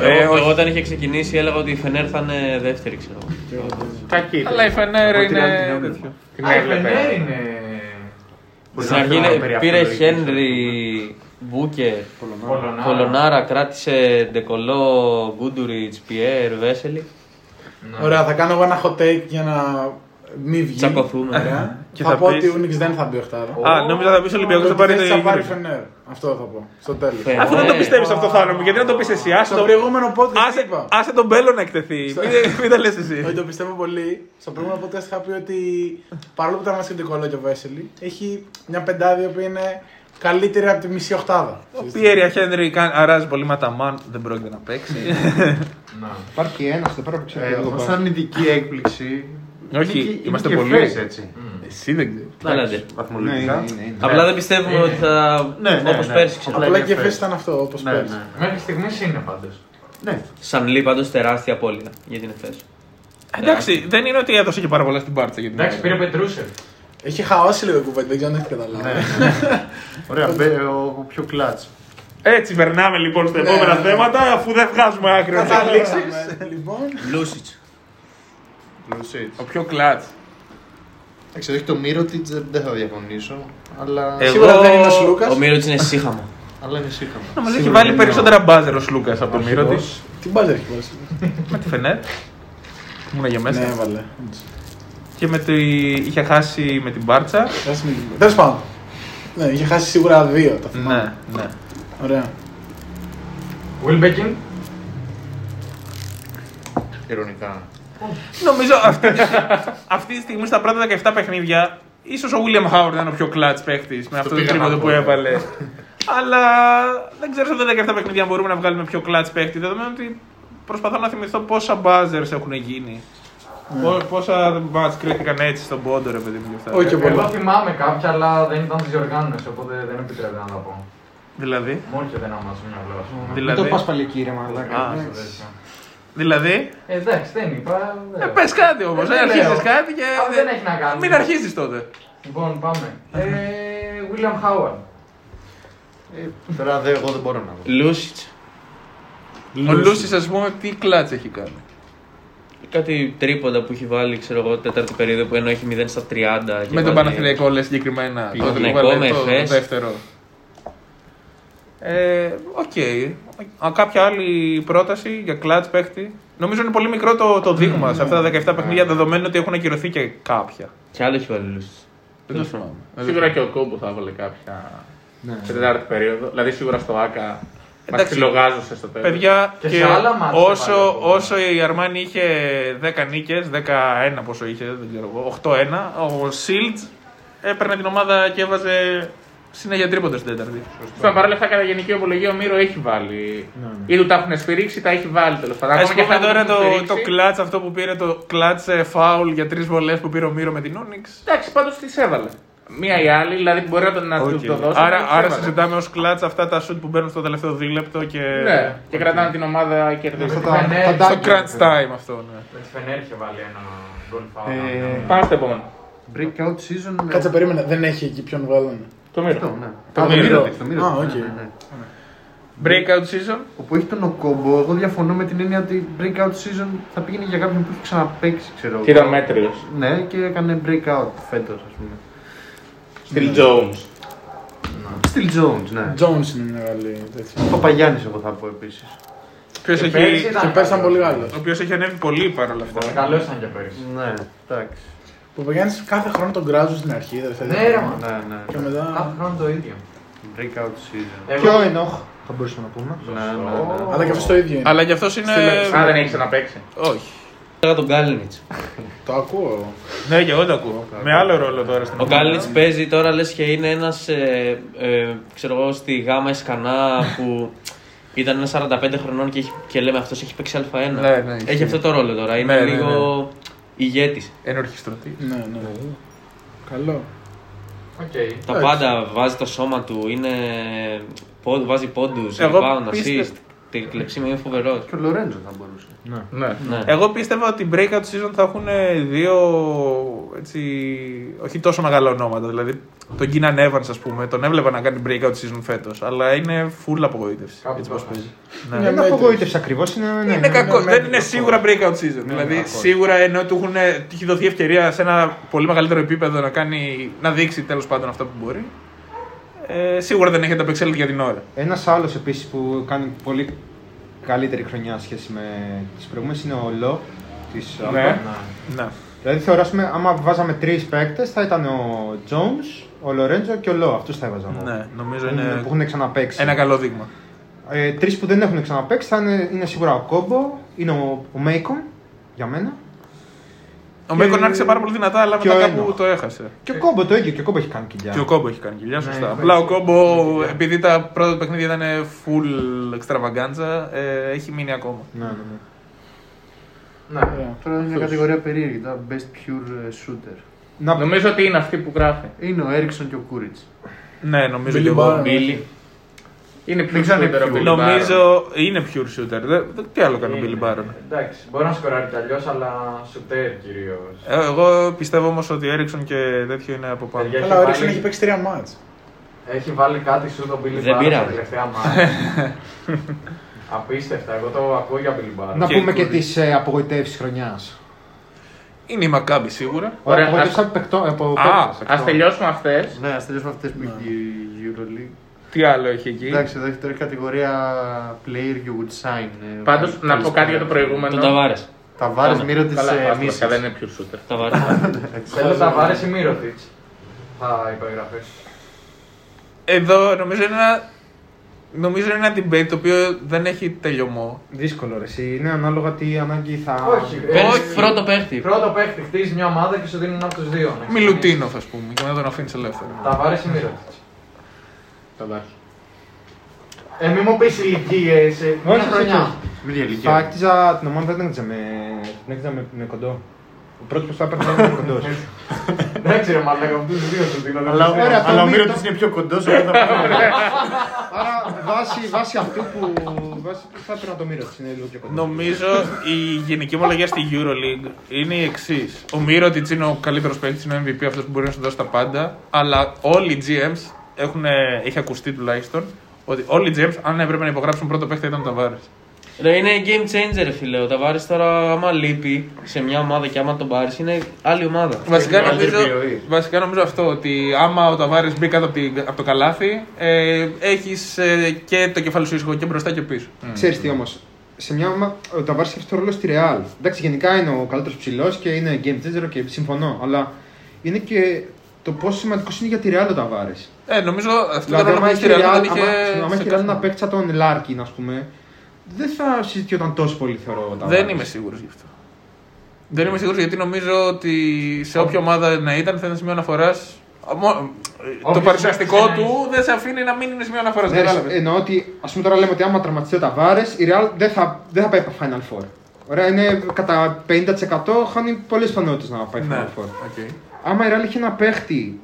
B: Ε,
F: εγώ,
B: όχι.
F: εγώ όταν είχε ξεκινήσει έλεγα ότι η Φενέρ θα είναι δεύτερη, ξέρω. εγώ.
C: Κακή.
B: Αλλά η Φενέρ
D: Εγώ την άλλη την
B: είναι.
D: έβλεπα.
B: τέτοιο.
C: Την
E: Α, η
B: Ε,
E: Φενέρ
C: έβλεπε.
E: είναι.
F: Στην αρχή είναι- πήρε Χένρι, Μπούκερ,
E: Πολωνάρα.
F: Κολονάρα, κράτησε Ντεκολό, Γκούντουριτ, Πιέρ, Βέσελη.
B: Ναι.
G: Ωραία, θα κάνω εγώ ένα hot take για να μην βγει.
F: Τσακωθούμε.
G: Ωραία.
B: Ναι. Και
G: θα,
B: θα
G: πω
B: πεις-
G: ότι ο Unix δεν θα μπει οχτάρα.
B: Α, νόμιζα θα πεις Ολυμπιακός θα
G: Ότι
B: πάρει
G: δεν θα πάρει
B: το
G: φενέρ. Αυτό θα πω. Στο τέλος.
F: Φενέρ.
B: Αφού δεν το
F: Ε,
B: πιστεύεις αυτό, Θάνο μου, γιατί να το πεις εσύ. Άσε
G: Στο
B: τον-
G: προηγούμενο podcast
B: άσε-
G: είπα.
B: Άσε τον Μπέλο να εκτεθεί. Μην- Μην τα λες
G: Όχι,
B: εσύ.
G: Ε, το πιστεύω πολύ. Στο προηγούμενο podcast είχα πει ότι παρόλο που ήταν ένα σκεπτικό και ο Βέσελη, έχει μια πεντάδια που είναι καλύτερη από τη μισή οχτάδα.
B: Ο Πιέρια Χένρι κα- αράζει πολύ ματαμάν, δεν πρόκειται να παίξει.
H: Υπάρχει ένας εδώ πέρα που ξέρει λίγο
D: Εγώ
H: μπάσκετ.
D: Ε, σαν ειδική έκπληξη.
B: Όχι,
D: είναι και-
B: είμαστε
D: είναι και
B: πολύ.
D: φες, έτσι.
B: Εσύ δεν ξέρει.
F: Αλλά ναι.
H: Ναι,
D: Βαθμολογικά.
H: είναι, είναι, είναι.
F: Απλά δεν πιστεύουμε ότι θα.
D: Ναι, ναι,
F: Όπως
D: ναι.
F: πέρσι, ξέρω.
D: Απλά
G: Απλά
D: είναι
G: και
D: φες.
G: φες ήταν αυτό, όπως
D: Ναι,
G: πέρσι.
D: ναι.
E: Μέχρι στιγμής είναι πάντως.
D: Ναι,
F: Σαν λί πάντως τεράστια απώλεια για την Εφέση.
B: Εντάξει, δεν είναι ότι έδωσε και πάρα πολλά στην πάρτσα για την
E: Εντάξει, πήρε
B: ώρα.
E: Πετρούσεφ.
G: Έχει χαώσει λίγο η κουβέντα, δεν ξέρω αν έχετε
D: ναι,
G: καταλάβει.
D: ναι. Ωραία, μπε- ο ο πιο κλατ.
B: Έτσι, περνάμε λοιπόν στα επόμενα
G: ναι.
B: θέματα, αφού δεν βγάζουμε άκρη. από τις εκπλήξεις.
G: Καταλήξεις. Λοιπόν,
F: Λούσιτ.
B: Ο πιο κλατ.
D: Εντάξει, όχι το Μύρωτιτ δεν δεν θα διαφωνήσω, αλλά,
B: Ε.
G: σίγουρα δεν είναι ο Σλούκας.
F: Ο Μύρωτ είναι σύχαμα.
D: αλλά είναι σύγχρονα.
B: Να μας έχει βάλει περισσότερα μπάζερ ο Σλούκας από τον Μύρο τη.
G: Τι μπάζερ έχει βάλει.
D: Ναι,
B: Με τη Φενέρ. Ήμουνα για
G: Ναι,
B: μέσα.
G: έβαλε.
B: Και με τη... είχε χάσει με την Μπάρτσα.
G: Τέλος πάντων. Ναι, είχε χάσει σίγουρα δύο τα θυμάμαι.
B: Ναι, ναι.
G: Ωραία.
E: Βιλμπέκιν.
D: Ηρωνικά.
B: Νομίζω αυτή, αυτή τη στιγμή στα πρώτα 17 παιχνίδια, ίσως ο William Howard ήταν ο πιο clutch παίχτης με αυτό το
D: πήγα να
B: τρίποντο
D: πω.
B: που έβαλε. Αλλά δεν ξέρω σε αυτά τα 17 παιχνίδια αν μπορούμε να βγάλουμε πιο clutch παίχτη, δεδομένου ότι προσπαθώ να θυμηθώ πόσα buzzers έχουν γίνει. Πο- Πόσα μάτς κρίθηκαν έτσι στον πόντο, ρε παιδί μου και αυτά.
G: Όχι και
E: Εγώ
G: πολλά.
E: θυμάμαι κάποια, αλλά δεν ήταν τη διοργάνωση, οπότε δεν επιτρέπεται να τα πω.
B: Δηλαδή.
E: Μου έρχεται ένα μάτσο μυαλό, ας πούμε.
H: Μην το
B: Δηλαδή.
H: πας πάλι εκεί ρε μαλάκα.
B: Α,
H: Ναι.
B: δηλαδή
E: Ε, Εντάξει, δεν είπα. δεν.
B: Ε, πες κάτι όμως.
E: Δεν
B: Ε, αρχίζει
E: λέω.
B: κάτι και.
E: Α, δεν έχει να κάνει.
B: Μην αρχίζει τότε.
E: Λοιπόν, πάμε. Ε, William Howard.
D: Ε, τώρα δε, εγώ δεν μπορώ να πω.
F: Λούσιτ.
B: Ο Λούση, ας πούμε, τι κλατ έχει κάνει.
F: κάτι τρίποντα που έχει βάλει, ξέρω εγώ, τέταρτη περίοδο που ενώ έχει 0 στα 30. και
B: Με τον
F: βάλει-
B: Παναθηναϊκό λες συγκεκριμένα.
F: Πήγε.
B: Τότε που
F: Παναθηναϊκό,
B: έβαλε
F: με
B: το, το
F: FS.
B: δεύτερο. Ε, Οκ. Α, Κάποια άλλη πρόταση για κλατ παίχτη. Νομίζω είναι πολύ μικρό το, το δείγμα σε αυτά τα 17
F: Ναι.
B: παιχνίδια, δεδομένου ότι έχουν ακυρωθεί και κάποια.
F: Κι άλλο έχει βάλει λούσει.
B: Δεν το θυμάμαι.
C: Σίγουρα και ο Κόμπο θα έβαλε κάποια.
H: Ναι.
C: Σε τέταρτη περίοδο. Δηλαδή σίγουρα στο ΑΚΑ. Μας
B: Εντάξει.
C: ξυλογάζωσε στο τέλος.
B: Παιδιά,
E: Και
B: και,
E: σε άλλα μάτς
B: όσο,
E: έβαλε.
B: όσο η Αρμάνι είχε 10 νίκε, 11 πόσο είχε, δεν ξέρω εγώ, 8-1, ο Σίλτ έπαιρνε την ομάδα και έβαζε συνέχεια τρίποντα στην τέταρτη.
C: Στα παράλληλα αυτά κατά γενική ομολογία ο Μύρο έχει βάλει.
H: Ναι,
C: Ή του τα έχουν σφυρίξει, τα έχει βάλει τέλος πάντων.
B: Ας
C: Ακόμα και
B: πούμε
C: αυτά
B: τώρα
C: που έχουν
B: το,
C: σφυρίξει.
B: το κλατ αυτό που πήρε, το κλατ φάουλ για τρεις βολές που πήρε ο Μύρο με την Όνιξ.
C: Εντάξει, πάντως τις έβαλε. Μία ή άλλη, δηλαδή μπορεί να, το- να του το ε. δώσει.
B: Άρα, άρα συζητάμε ως κλατ αυτά τα σουτ που μπαίνουν στο τελευταίο δίλεπτο και.
H: Ε,
C: Ναι, και κρατάνε την ομάδα κερδίζει.
H: Αυτά τα-
E: Ναι,
H: τα
E: στο
B: Στο
H: ντάκια.
B: crunch time αυτό, ναι.
E: Με τη Φενέρ είχε βάλει ένα γκολ φάουλ.
H: Ε,
C: Πάμε στο επόμενο.
D: Breakout season. με-
G: Κάτσε περίμενε, δεν έχει εκεί ποιον βγάλανε.
C: Το
D: Αυτό,
C: Μύρο.
D: ναι. Α,
B: Το
D: Το
B: Μύρο.
D: μύρο. το Μύρο.
G: Α,
D: Ναι,
G: οκ.
D: ναι, ναι.
B: Breakout season.
D: Όπου έχει τον Οκόμπο, εγώ διαφωνώ με την έννοια ότι breakout season θα πήγαινε για κάποιον που έχει ξαναπέξει, ξέρω εγώ.
C: Και ήταν μέτριος.
D: Ναι, και έκανε breakout φέτος, ας πούμε.
C: Στυλ Jones.
D: Still Jones, ναι.
G: Jones είναι μια μεγάλη τέτοια.
D: Παπαγιάννης, εγώ θα πω επίσης.
B: Ποιος
E: Και
B: έχει,
E: πέρυσι
G: Και
E: ήταν
G: πέρσι ήταν
E: καλός.
G: πολύ Γάλλος.
B: ο οποίος έχει ανέβει πολύ παρόλα αυτά.
E: Καλός ήταν και πέρυσι.
D: Ναι, εντάξει.
G: Ο Παπαγιάννης κάθε χρόνο τον κράζουν στην αρχή, τελευταία.
E: Ναι, ρε, μα.
D: Ναι, ναι.
G: Και
E: Κάθε
G: μετά.
E: χρόνο το ίδιο. Ε,
D: Breakout season.
E: Εγώ-
H: Ποιο ενόχ, θα μπορούσαμε να πούμε.
D: Ναι, ναι, ναι.
G: Αλλά και αυτός το ίδιο είναι.
B: Αλλά γι' αυτός είναι.
C: Αν δεν έχεις ξαναπέξει.
B: Όχι.
F: Τώρα τον Γκάλινιτ.
G: Το ακούω.
B: Ναι, και εγώ το ακούω. Με άλλο ρόλο τώρα στην
F: Ο Γκάλινιτ παίζει τώρα λες και είναι ένας. Ε, ε, ξέρω εγώ στη γάμα Εσκανά που ήταν ένας 45 χρονών και, έχει- και λέμε αυτός έχει παίξει Α1.
B: Ναι, ναι, ισχύει.
F: έχει αυτό το ρόλο τώρα. Είναι
B: Ναι, ναι,
F: λίγο ηγέτη.
B: Ενορχιστρωτή.
G: Ναι, ναι. Καλό.
E: Οκ.
F: Τα πάντα βάζει το σώμα του, είναι... πο- βάζει πόντους,
B: Εγώ
F: rebound,
B: πίστευ-
F: assist. Τη κλεψίμα είναι φοβερός.
D: Και ο Λορέντζο θα μπορούσε.
C: Ναι.
F: Ναι.
B: Εγώ πίστευα ότι breakout season θα έχουν δύο έτσι, όχι τόσο μεγάλα ονόματα. Δηλαδή τον Keenan Evans, ας πούμε, τον έβλεπα να κάνει breakout season φέτος. Αλλά είναι full απογοήτευση.
E: Κάπου
B: έτσι πώ
E: το
B: παίζει. Ναι.
H: Είναι μια απογοήτευση ακριβώς. Είναι, ναι,
B: Είναι κακό.
G: ναι,
B: Δεν
G: ναι,
B: είναι
G: ναι,
B: σίγουρα breakout season. δηλαδή, σίγουρα ενώ του έχουν, του έχει δοθεί ευκαιρία σε ένα πολύ μεγαλύτερο επίπεδο να, κάνει, να δείξει τέλος πάντων αυτό που μπορεί. Ε, σίγουρα δεν έχει ανταπεξέλθει για την ώρα.
H: Ένας άλλος επίσης που κάνει πολύ καλύτερη χρονιά σχέση με τις προηγούμενες είναι ο Λο. Της Αλμπα.
B: Ναι.
H: Δηλαδή θεωρώ, ας πούμε, άμα βάζαμε τρεις παίκτες θα ήταν ο Jones, ο Λορέντζο και ο Λο. Αυτούς θα έβαζαμε.
B: ναι, νομίζω
H: Που,
B: είναι
H: που έχουν ξαναπέξει.
B: ένα καλό δείγμα.
H: Ε, τρεις που δεν έχουν ξαναπέξει θα είναι, είναι σίγουρα ο Κόμπο, είναι ο, ο Μέικον για μένα.
B: Ο Μέικον άρχισε πάρα πολύ δυνατά, αλλά
H: και
B: μετά
H: ο
B: κάπου
H: Ένοχ.
B: το έχασε.
H: Και ο Κόμπο το ίδιο και ο Κόμπο έχει κάνει κοιλιά.
B: Και ο Κόμπο έχει κάνει κοιλιά, σωστά.
E: ναι,
B: Απλά ο
E: έτσι.
B: Κόμπο,
E: Ναι, κοιλιά.
B: επειδή τα πρώτα παιχνίδια ήταν full extravaganza, ε, έχει μείνει ακόμα.
H: Ναι, ναι, ναι.
E: Ναι.
G: Ωραία.
D: Τώρα είναι μια κατηγορία περίεργη, τα best pure ε, shooter.
H: Να
C: Νομίζω ότι είναι αυτή που γράφει.
D: Είναι ο Έριξον και ο Κούριτ.
B: Ναι, νομίζω
G: Billy
B: και εγώ.
G: Barnes.
C: Μπίλι. Είναι πιο
D: Δεν ξέρω
C: σούτερο
D: ποιο.
C: από τον Μπάρον.
B: Νομίζω είναι pure shooter. Δεν- δεν- Τι άλλο κάνει ο Billy ναι. Barron.
E: Εντάξει, μπορεί να σκοράρει κι αλλιώς, αλλά σουτέρ κυρίως.
B: Ε, Εγώ πιστεύω όμως ότι Έριξον και τέτοιο είναι από πάνω.
E: Παιδιά,
G: Αλλά ο Ρίξον
E: βάλει-
G: έχει παίξει τρία μάτς.
E: Έχει βάλει κάτι σου τον Billy
F: Δεν
E: Barnes
F: πειράζει.
E: τα τελευταία μάτια. Απίστευτα, εγώ το ακούω για Billy Barnes.
H: Να
B: Και
H: πούμε και
B: κουρί.
H: τις ε, απογοητεύσεις χρονιάς.
B: Είναι η Μακάμπη σίγουρα.
H: Ωραία,
C: Ωραία,
H: απογοητεύσεις
C: ας-
H: από παικτό. Από
B: Α,
H: παίκτες.
C: Ας τελειώσουμε αυτές.
D: Ναι, ας τελειώσουμε αυτές που έχει η Euroleague.
B: Τι άλλο έχει εκεί.
D: Εντάξει, εδώ έχει τώρα η κατηγορία player you would sign. ε,
C: Πάντω
D: καλή-
C: να πω
D: καλή-
C: κάτι για το
F: Τον
C: προηγούμενο.
F: Ταβάρε.
D: Τα βάρε
F: Πάμε.
D: μοίρα τη
C: Καλά,
D: ε,
C: βάζω, βασικά,
D: μίσης.
C: δεν είναι πιο σούτερ.
F: Ταβάρε.
E: Θέλω να βάρε ή Μύρωτιτ. Θα υπογραφεί.
B: Εδώ νομίζω είναι ένα. Νομίζω είναι ένα debate το οποίο δεν έχει τελειωμό.
H: Δύσκολο ρε. εσύ. Είναι ανάλογα τι ανάγκη θα.
E: Ε, Όχι,
F: Παίρνεις πρώτο παίχτη.
E: Πρώτο παίχτη χτίζεις μια ομάδα και σου δίνει ένα από τους δύο. να
B: Μιλουτίνοφ, ας πούμε, και να τον αφήνεις ελεύθερο.
E: ξεκινήσεις. Τα βάρε ή Μύρωτιτ. Ε, μη μου πεις ηλικίες. Μια
H: όχι,
E: χρονιά.
H: όχι.
D: Μην
H: Θα
D: διαλυκέ.
H: έκτιζα την ομάδα, δεν έκτιζα με, την έκτιζα με, με κοντό. Ο πρώτος που θα έπαιρνε ήταν με κοντός.
E: Εντάξει, ρε Μαλάκα, από τους δύο σου δίνω. δεν
D: Αλλά,
E: ξέρω.
H: Ωραία,
D: αλλά
H: το
D: ο
H: μύρο-
D: Μύρωτης είναι πιο κοντός, οπότε θα πούμε.
H: Άρα βάσει, βάσει αυτού που. Βάσει που θα έπαιρνα το μύρο της, είναι λίγο πιο κοντός.
B: Νομίζω η γενική ομολογία στη Euroleague είναι η εξής. Ο Μύρο είναι ο καλύτερος παίκτης, είναι ο MVP, αυτός που μπορεί να σου δώσει τα πάντα. Αλλά όλοι οι GMs έχουν, έχει ακουστεί τουλάχιστον ότι όλοι οι GMs, αν έπρεπε να υπογράψουν πρώτο παίκτη, ήταν τα βάρε.
F: Ρε, είναι game changer, ρε φίλε. Ο Ταβάρη τώρα, άμα λείπει σε μια ομάδα και άμα τον πάρεις, είναι άλλη ομάδα.
B: Βασικά
F: Είναι άλλη
B: νομίζω,
F: επιρροή.
B: βασικά νομίζω αυτό, ότι άμα ο Ταβάρης μπει κάτω από, το καλάθι, ε, έχεις ε, και το κεφάλι σου ήσυχο και μπροστά και πίσω.
H: Ξέρεις Mm. τι όμως. Σε μια ομάδα, ο Ταβάρη έχει το ρόλο στη Ρεάλ. Εντάξει, γενικά είναι ο καλύτερος ψηλός και είναι game changer και συμφωνώ. Αλλά είναι και το πόσο σημαντικός είναι για τη Ρεάλ ο Ταβάρη.
B: Ε, νομίζω αυτό
H: Δηλαδή,
B: το
H: άμα
B: ρόλο που
H: έχει
B: είχε η Real
H: Real,
B: δεν είχε...
H: άμα- άμα
B: σε
H: έχει Real
B: κάθε-
H: ένα παίκτη σαν τον Λάρκιν, ας πούμε, δεν θα συζητιόταν τόσο πολύ, θεωρώ. ο Ταβάρης.
B: Δεν είμαι σίγουρος γι' αυτό. Δεν είμαι σίγουρος γιατί νομίζω ότι σε όποια ομάδα να ήταν θα ήταν σημείο αναφοράς. Αμο- Το
E: Όποιος
B: παρουσιαστικό
E: να-
B: του δεν σε αφήνει να μην είναι σημείο αναφοράς.
H: Ναι,
B: κατάλαβες.
H: ρε, εννοώ ότι ας πούμε τώρα λέμε ότι άμα τραυματιστεί ο Ταβάρε, η Real δεν θα, δεν θα πάει Final Four. Ωραία, είναι κατά 50% χάνει πολλές πιθανότητες να πάει
B: Ναι,
H: Final Four.
B: οκ.
H: Άμα η Real είχε ένα παίχτη,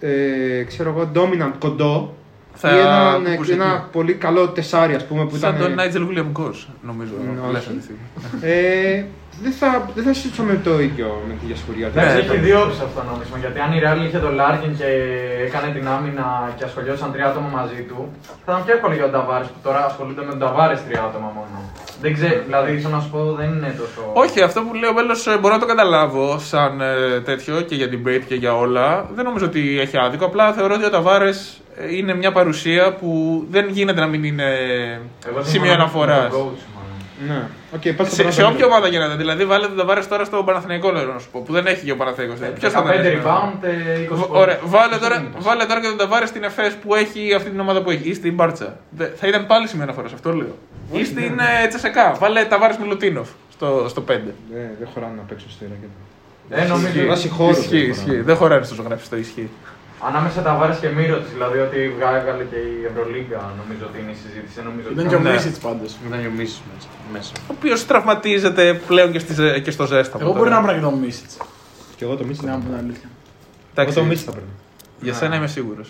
H: ε, ξέρω εγώ, dominant κοντό,
B: Θα
H: ή έναν, ε,
B: κουμπούσε εκεί.
H: ένα πολύ καλό τεσάρι, ας πούμε, που
B: Σαν
H: ήταν.
B: τον Νάιτζελ Βίλιαμ Κόρς, νομίζω.
H: Ναι,
B: λες
H: όχι.
B: αυτή τη στιγμή.
H: ε, δεν θα, δεν θα συζητούσαμε το ίδιο με τη διασχολία.
F: Ναι,
E: Εντάξει, έχει δύο όψει αυτό το νόμισμα. Γιατί αν η Real είχε τον Λάρκιν και έκανε την άμυνα και ασχολιόταν τρία άτομα μαζί του, θα ήταν πιο εύκολο για τον Ταβάρες που τώρα ασχολούνται με τον Ταβάρες τρία άτομα μόνο. Δεν ξέρω, δηλαδή ίσως να σου πω δεν είναι τόσο.
B: Όχι, αυτό που λέει ο Μπέλο μπορώ να το καταλάβω σαν ε, τέτοιο και για debate και για όλα. Δεν νομίζω ότι έχει άδικο. Απλά θεωρώ ότι ο Ταβάρες είναι μια παρουσία που δεν γίνεται να μην είναι
E: Εγώ
B: σημείο αναφορά.
H: Ναι. Okay, πας στο Ναι.
B: Σε, σε
H: πρώτο.
B: όποια ομάδα γίνεται. Δηλαδή, βάλε τον Ταβάρε τώρα στο Παναθηναϊκό, λέω να σου πω, που δεν έχει και ο Παναθηναϊκός. Ποιος θα τον
E: 15
B: έχει.
E: Ναι, rebound, ε, 20 πόντους.
B: Ωραία, βάλε τώρα, βάλε τώρα και τον Ταβάρε στην ΕΦΕΣ που έχει αυτή την ομάδα που έχει ή στην Μπάρτσα. Δε- Θα ήταν πάλι σημείο αναφορά, αυτό λέω. Ή στην
E: ναι.
B: ε, Τσεσεκά. Βάλε Ταβάρε Μιλουτίνοφ στο, στο 5.
H: Ε, δεν χωράνε να παίξουν στη ρακέτα.
E: Ε, νομίζω.
H: Βάσει χώρου.
B: Ισχύει,
H: δεν
B: ισχύει.
H: χωράνε.
B: Δεν χωράει στο ζωγράφι το ισχύει.
E: Ανάμεσα Ταβάρε και Μύρο δηλαδή ότι βγάλε και η Ευρωλίγκα νομίζω ότι είναι η συζήτηση. Δεν Νομίζω ότι
G: Ήταν και ο
B: Ναι.
G: Μίσιτ πάντω.
D: Ήταν και ο Μίσης μέσα.
B: Ο οποίος τραυματίζεται πλέον και, στη, ζε- και στο ζέσταμα.
G: Εγώ μπορεί να πρέπει να τον Μίσιτ.
H: Και εγώ το μίστα.
G: Να πω την αλήθεια.
H: Εγώ το μίστα πρέπει.
B: Για σένα είμαι σίγουρος.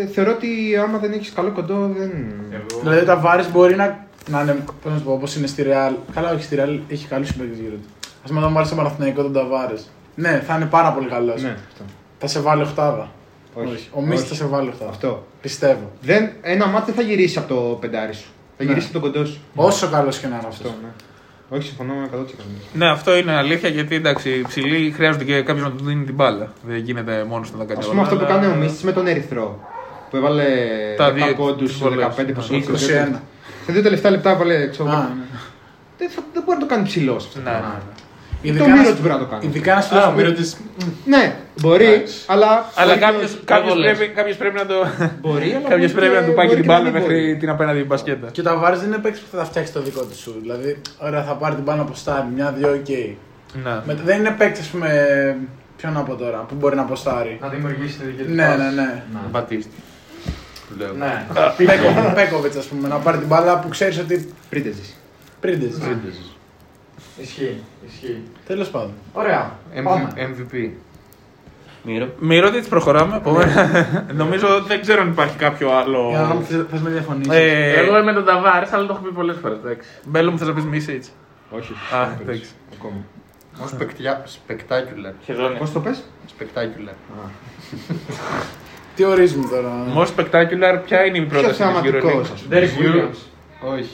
H: Ε, θεωρώ ότι άμα δεν έχεις καλό κοντό, δεν.
E: Εγώ-
G: Δηλαδή ο Ταβάρη μπορεί να, να είναι, πώς να σου πω, όπως είναι στη Ρεάλ. Καλά, όχι στη Ρεάλ, έχει καλούς συμπαίκτε γύρω του. Ας πούμε, αν βάλει τον Παναθηναϊκό τον Ταβάρη. Ναι, θα είναι πάρα πολύ καλό.
H: Ναι, αυτό.
G: Θα σε βάλει οχτάδα.
H: Όχι.
G: Ο Μίστη
H: Όχι.
G: θα σε βάλει οχτάδα.
H: αυτό.
G: Πιστεύω.
H: Δεν, ένα μάτι δεν θα γυρίσει από το πεντάρι σου. Θα
G: Ναι.
H: γυρίσει από τον κοντό σου.
G: Όσο καλός και να είναι αυτό.
H: Αυτός, ναι. Όχι, συμφωνώ με 100%.
B: Ναι, αυτό είναι αλήθεια γιατί εντάξει, οι ψηλοί χρειάζονται και κάποιος να του δίνει την μπάλα. Δεν γίνεται μόνος να τα κάνει
H: Α
B: όλα,
H: πούμε αυτό που
B: αλλά-
H: κάνει ο Μίστη με τον Ερυθρό. Που έβαλε
B: Τα
H: 10
B: δύο-
H: κόντου,
B: τις
H: 15
B: βολές.
H: ποσοστό.
G: 21.
H: Σε δύο τελευταία λεπτά έβαλε ξέρω
G: Α,
H: εγώ.
G: ναι.
H: Δεν, θα- δεν μπορεί να το κάνει ψηλός.
B: Ναι, ναι.
H: Το
G: ένας-
H: μύρο του μπορεί να το κάνει.
G: Ειδικά ένας
D: Α,
G: φιλό
D: μη ρωτήσεις.
H: Ναι, μπορεί, αλλά.
B: Αλλά
H: μπορεί
B: κάποιος
H: και-
B: κάποιος
F: βολές.
B: πρέπει, κάποιος πρέπει να το.
H: Μπορεί, αλλά
B: κάποιος
H: μπορεί
B: πρέπει
H: και-
B: να του πάει και
H: μπορεί
B: την
H: και να
B: μπάλα
H: μην
B: μέχρι
H: μπορεί.
B: την απέναντι μπασκέτα.
G: Και ο Ταβάρης δεν είναι παίκτης που θα τα φτιάξει το δικό του σου. Δηλαδή, ωραία, θα πάρει την πάνω από στάρι, μια-δυο, οκ.
B: Ναι.
G: Μετά- Δεν είναι παίκτης, ας πούμε. Ποιο να πω τώρα, που μπορεί να αποστάρει.
E: Να δημιουργήσει τη δική του.
G: Ναι,
E: φάση.
G: ναι, ναι.
D: Μπατίστη. Λέω.
E: Ναι.
G: Πέκοβιτ, ας πούμε, να πάρει την μπάλα που ξέρεις ότι
H: Πρίντεζης.
G: πρίντεζε.
E: Ισχύει. Ισχύει.
G: Τέλος πάντων.
E: Ωραία. Πάμε.
D: MVP.
F: Μύρο.
B: Μυρώδη,
H: Ναι.
B: προχωράμε. επόμενα. Νομίζω δεν ξέρω αν υπάρχει κάποιο άλλο.
G: Για να δω αν θε με διαφωνήσεις.
B: Ε,
C: Εγώ είμαι τον Ταβάρη, αλλά το έχω πει πολλές φορές.
B: Μπέλο μου, θες να πεις Μίσιτ.
H: Όχι.
B: Α,
H: δεν
B: εντάξει.
H: παίζει. Ακόμα.
D: Ως spectacular.
C: Χεζόνια.
H: Πώς το πες,
D: Spectacular.
G: Τι ορίζουμε τώρα.
B: Most spectacular, ποια είναι η
H: Ποιο
B: πρόταση της
H: θεαματικός.
B: Euroleague.
E: Derek Williams.
D: Όχι.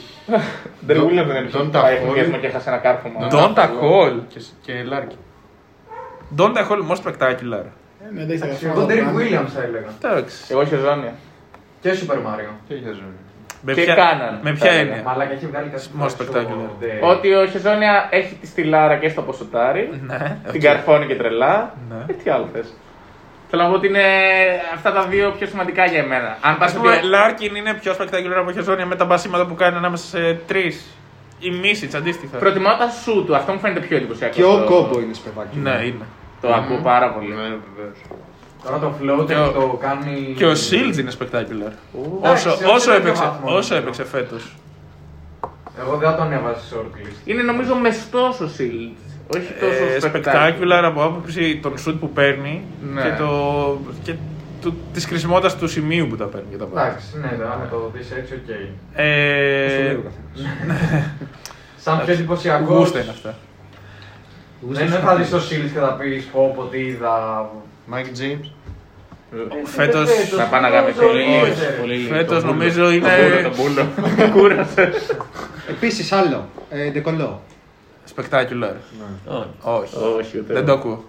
C: Δεν
D: Don't-
C: γούλευε να είναι
D: don't
C: στον
D: τα
C: Παχνιδιασμό
D: χωρί.
C: και έχασε ένα κάρφωμα.
B: Don't a call.
D: Και, και Λάρκι.
B: Don't a call, most spectacular.
G: Ε, ναι, εντάξει, θα
E: Εγώ
G: κάνω
E: Derek
G: το πράγμα.
E: Williams θα έλεγα.
B: Εντάξει.
C: Εγώ χεζόνια.
E: Και Super Mario.
D: Και Γιαζόνι.
B: Με
C: Και
B: ποια-
C: κάναν,
B: Με
C: θα
B: ποια
C: έλεγα.
B: έννοια.
E: Μαλάκα έχει βγάλει κάτι
B: Μόνο spectacular.
C: Ότι ο Χεζόνια έχει τη στυλάρα και στο ποσοτάρι.
B: Ναι,
C: Την καρφώνει και τρελά.
B: Ναι.
C: Ε, τι άλλο θες. Θέλω να πω ότι είναι αυτά τα δύο πιο σημαντικά για εμένα. Αν πας
B: Ας πούμε, Λάρκιν είναι πιο spectacular από Χεζόνια με τα μπασίματα που κάνει ανάμεσα σε τρεις. Η Μίσιτ αντίστοιχα.
C: Προτιμάω τα σου του, αυτό μου φαίνεται πιο εντυπωσιακό.
H: Και ο
C: Το-
H: κόμπο είναι σπεδάκι.
B: Ναι, είναι.
C: Το ακούω πάρα πολύ.
D: Ναι, βεβαίως.
E: Τώρα το float
B: Και ο-
E: το κάνει.
B: Και ο Σίλτ είναι spectacular.
E: Εντάξει,
B: Όσο,
E: σε
B: όσο
E: τέτοιο
B: έπαιξε,
E: βαθμό,
B: όσο
E: νομίζω.
B: έπαιξε φέτος.
E: Εγώ δεν θα τον έβαζα σε shortlist.
C: Είναι νομίζω μεστός ο Σιλτ. Όχι τόσο ε,
B: Spectacular από άποψη των σουτ που παίρνει
E: Ναι.
B: και, το, και του, της χρησιμότητας του σημείου που τα παίρνει και τα παίρνει.
E: Εντάξει, ναι, δε, άμα το δεις έτσι, οκ.
B: Ε,
E: Σαν πιο Ναι, εντυπωσιακό.
B: γούστα είναι αυτά.
E: Δεν θα δεις το Shields και θα πεις πω πω τι είδα.
D: Μάικ Τζέιμ.
B: Φέτο.
E: φέτος.
F: Θα πάνε να γαμηθούν.
E: Πολύ λίγο,
F: πολύ λίγος.
B: Φέτος
F: Το
B: νομίζω
F: μπούλο.
B: είναι.
F: Το μπούλο,
B: Κούρασες.
H: Επίσης άλλο. Ε, ντεκολό.
B: Spectacular. Όχι.
F: Όχι, ούτε
B: Δεν
F: εγώ.
B: το ακούω.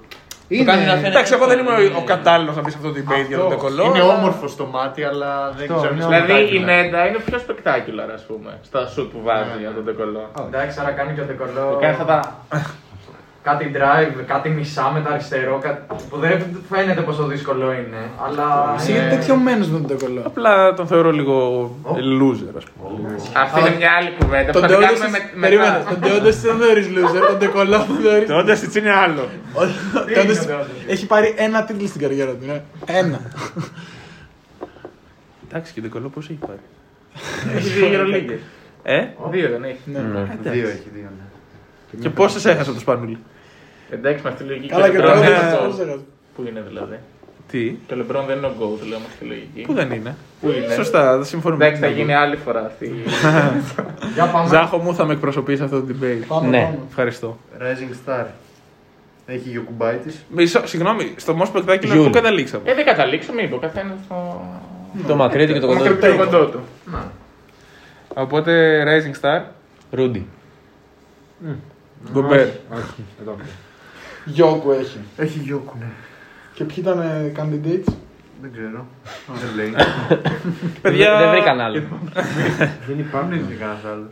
H: Είναι...
F: κάνει να φαίνεται-
B: Εντάξει, εγώ δεν είμαι ο κατάλληλος να πει σε αυτό το debate για τον Ντεκολό.
D: Είναι
B: αλλά-
D: όμορφο στο μάτι, αλλά δεν
G: Αυτό,
D: ξέρω.
G: ναι.
D: είναι
C: Δηλαδή η
D: spectacular.
C: Νέντα είναι πιο spectacular, ας πούμε, στα σουτ που βάζει για τον Τεκολό.
E: Εντάξει, άρα κάνει και ο Ντεκολό.
C: Κάνει αυτά τα.
E: Κάτι drive, κάτι μισά με το αριστερό, κάτι που δεν φαίνεται πόσο δύσκολο είναι. Αλλά. ε,
G: Εσύ γιατί
C: Ε,
E: είναι-
G: τέτοιωμένο με τον Τεκολό.
B: Απλά τον θεωρώ λίγο loser, ας πούμε.
C: Αυτή είναι μια άλλη κουβέντα που
G: Τον
C: θα την
G: Τεόντο.
C: κάνουμε με-
G: Περίμενε.
C: μετά.
G: Τον Τεόντο δεν θεωρείς loser. Τον Τεκολό δεν θεωρεί.
B: Το όντας έτσι είναι άλλο.
G: Έχει πάρει ένα τίτλο στην καριέρα του. ναι. Ένα.
B: Εντάξει, και τον Ντεκολό πώς έχει πάρει.
C: Έχει δύο γυρολίγκε.
B: Ε,
C: Δύο δεν έχει.
D: Δύο έχει, δύο. ναι.
B: και πόσες έχασε από το Σπανούλη.
C: Εντάξει, με αυτή τη λογική.
G: Καλά και
C: ο
G: ο
C: Λεμπρόν
G: Τεόντο
C: δεν
G: δεν
C: είναι ο
G: το
C: goat.
B: Ε,
G: ξέρει.
C: Πού είναι δηλαδή.
B: Τι,
C: Το Λεμπρόν δεν είναι ο goat, λέω με αυτή τη λογική.
B: πού δεν είναι.
C: Πού είναι.
B: Σωστά, δεν συμφωνούμε. Ναι.
C: Εντάξει, θα γίνει άλλη φορά αυτή.
E: Για πάμε.
B: Ζάχο μου θα με εκπροσωπήσει αυτό το debate.
G: Πάμε,
F: Ναι.
G: πάμε.
B: Ευχαριστώ.
D: Rising Star. Έχει γιοκουμπάι τη.
B: Μισό, συγγνώμη, στο μόνο σπεκτάκιλο
F: Γιούλ.
B: που καταλήξαμε.
C: Ε, δεν καταλήξω, μήπω. Καθένα στο.
F: Το μακρύτη και το κοντό.
C: Το κοντό του.
B: Οπότε Rising Star,
F: Ρούντι.
B: Γκομπέρ.
H: Όχι, δεν το έχω.
G: Γιόκου έχει.
D: Έχει γιόκου, ναι.
G: Και ποιοι ήταν ε, candidates.
D: Δεν ξέρω. Δεν λέει.
B: Παιδιά,
F: Δεν βρήκαν άλλο.
H: Δεν υπάρχουν.
D: Δεν κανένα άλλο.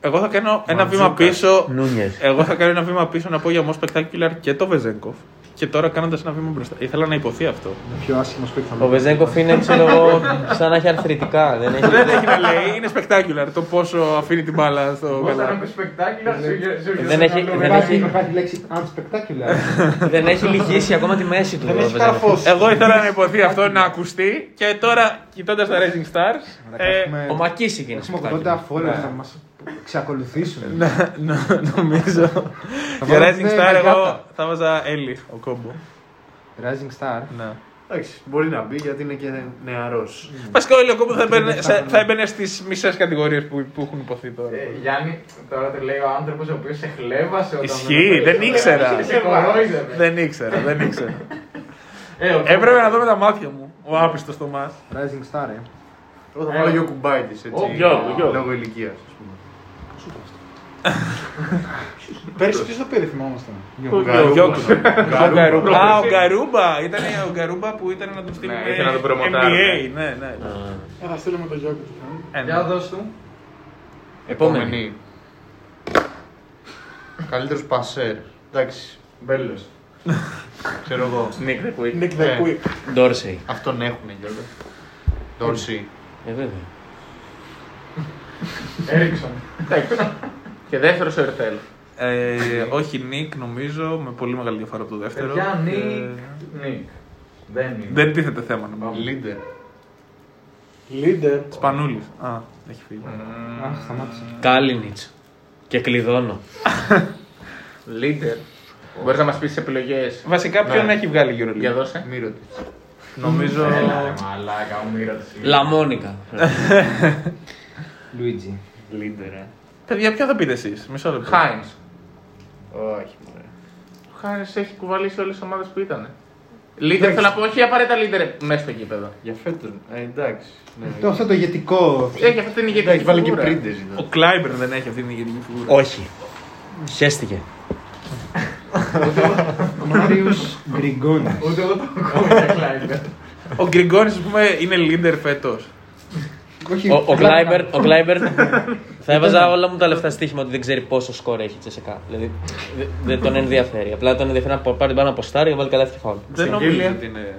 B: εγώ θα κάνω ένα βήμα πίσω.
F: Νούνιες.
B: Εγώ θα κάνω ένα βήμα πίσω να πω για μόνο spectacular και το Βεζέγκοφ. Και τώρα κάνοντας ένα βήμα μπροστά. Ήθελα να υποθεί αυτό.
H: Είναι πιο άσχημο που θα
F: Ο
H: μου
F: Βεζέγκοφ είναι ξέρω εγώ, σαν να έχει αρθρητικά. Δεν έχει.
B: Δεν έχει να λέει, είναι spectacular το πόσο αφήνει την μπάλα στο
E: Όταν
B: καλά.
E: ακούει σπεκτάκιλα, σου γε- σου γε-
F: Δεν έχει-
E: σου
F: δεν
E: γε-
H: Υπάρχει
F: έχει-
H: υπάρχει λέξη unspectacular.
F: Δεν έχει λυγίσει ακόμα τη μέση του.
G: Δεν
F: ο
G: έχει
F: Βεζέγκοφ.
G: καρφώσει.
B: Εγώ ήθελα να υποθεί αυτό να ακουστεί και τώρα κοιτώντας τα Rising Stars. ε,
H: Έχουμε-
F: Ο Μακίση είναι
H: Έχουμε
F: spectacular.
H: 80
B: Ναι.
H: followers να μας εξακολουθήσουν.
B: νο- νομίζω. Για
H: βάλω
B: Rising
H: την
B: Star, εγώ
H: Μαριάτα.
B: θα βάζα Έλλη ο κόμπο.
H: Rising Star.
B: Ναι.
D: Εντάξει, μπορεί να μπει γιατί είναι και νεαρός.
B: Βασικά ο Έλλη ο κόμπο θα έμπαινε- σε- θα έμπαινε στις μισές κατηγορίες που που έχουν υποθεί τώρα.
E: Ε, Γιάννη, τώρα το λέει ο άνθρωπος ο οποίος σε χλέβασε όταν.
B: Ισχύει,
E: όταν-
B: δεν ήξερα.
E: Σε κορόιδευε.
F: Ναι.
B: Δεν ήξερα, δεν ήξερα.
E: Ε, ο-
B: Έπρεπε να δω με τα μάτια μου. Ο άπιστος το μα.
H: Rising Star, ε.
D: Εγώ θα βάλω γιοκουμπάι τη.
E: Ο, Γιώκου, Γιώκου.
D: Λόγω ηλικίας, ας πούμε.
G: Πέρσι ποιος το πήρε, θυμόμαστε.
B: Γιώκου.
D: Γκαρούμπα.
B: Α, ο Γκαρούμπα. Ήταν ο Γκαρούμπα που ήταν να τον στείλει.
C: Ναι,
B: με
C: ήθελε να τον προμοτάρει,
B: NBA, ναι, ναι.
G: Ε, θα στείλουμε τον Γιόκου.
B: Ε, ναι.
E: Για δώσ' του.
F: Επόμενη.
D: Καλύτερος πασέρ. Εντάξει,
E: Μπέλος.
D: ξέρω εγώ.
C: Νίκ δεν κουίκ.
G: Nick the
D: Ναι.
G: Quick.
F: Ντόρσεϊ.
D: Αυτόν έχουνε Γιώργο. Ντόρσι.
F: Ε, βέβαια.
E: Έριξον.
C: Και δεύτερος ο Ερτέλ.
B: Ε, όχι, Νίκ, νομίζω, με πολύ μεγάλη διαφορά από το δεύτερο.
E: Παιδιά, Νίκ.
B: Ε,
E: Νίκ. Δεν είναι.
B: Δεν τίθεται θέμα νομίζω.
D: Λίντερ.
G: Leader.
B: Σπανούλης. Α, έχει φύγει.
H: Αχ, σταμάτησε.
F: Κάλινιτ. Και κλειδώνω.
C: Λίντερ. Μπορείς να μας πεις επιλογές.
B: Βασικά, ποιον έχει βγάλει γύρω
C: Ναι. Για
B: λίγο.
C: δώσε.
D: Μύρο τη.
B: Νομίζω.
E: Έλα, ρε, Μαλάκα, μου μοίρασε.
F: Λαμόνικα.
H: Luigi.
C: Λίντερ, ε.
B: Παιδιά, ποιον θα πείτε εσείς, μισό λεπτό.
C: Χάιν.
D: Όχι, μωρέ.
C: Ο Χάιν έχει κουβαλήσει όλες τις ομάδες που ήταν. Λίντερ, θέλω να πω, όχι απαραίτητα Λίντερ μέσα στο γήπεδο.
D: Για φέτος. Εντάξει. Ναι.
H: Το αυτό το ηγετικό.
C: Έχει αυτή την ηγετική.
D: Έχει βάλει και
C: φιγούρα.
D: πρίντες.
B: Ο Κλάιμπερν δεν έχει αυτή την ηγετική φιγούρα.
F: Όχι. Χαίστηκε.
H: Μάριο Γκριγκόνης.
E: Ούτε εγώ το ακούω για Κλάιμπερ.
B: Ο Γκριγκόνης, ας πούμε, είναι leader φέτος.
H: Όχι,
F: Ο- Ο Κλάιμπερν. Ο Κλάιμπερν. Θα έβαζα όλα μου τα λεφτά στοίχημα ότι δεν ξέρει πόσο σκορ έχει η τσεσεκά. Δηλαδή δε- δεν τον ενδιαφέρει. Απλά τον ενδιαφέρει να πάρει την μπάλα από στάρι και βάλει καλάθι και φάουλ.
B: Δεν νομίζω ότι είναι.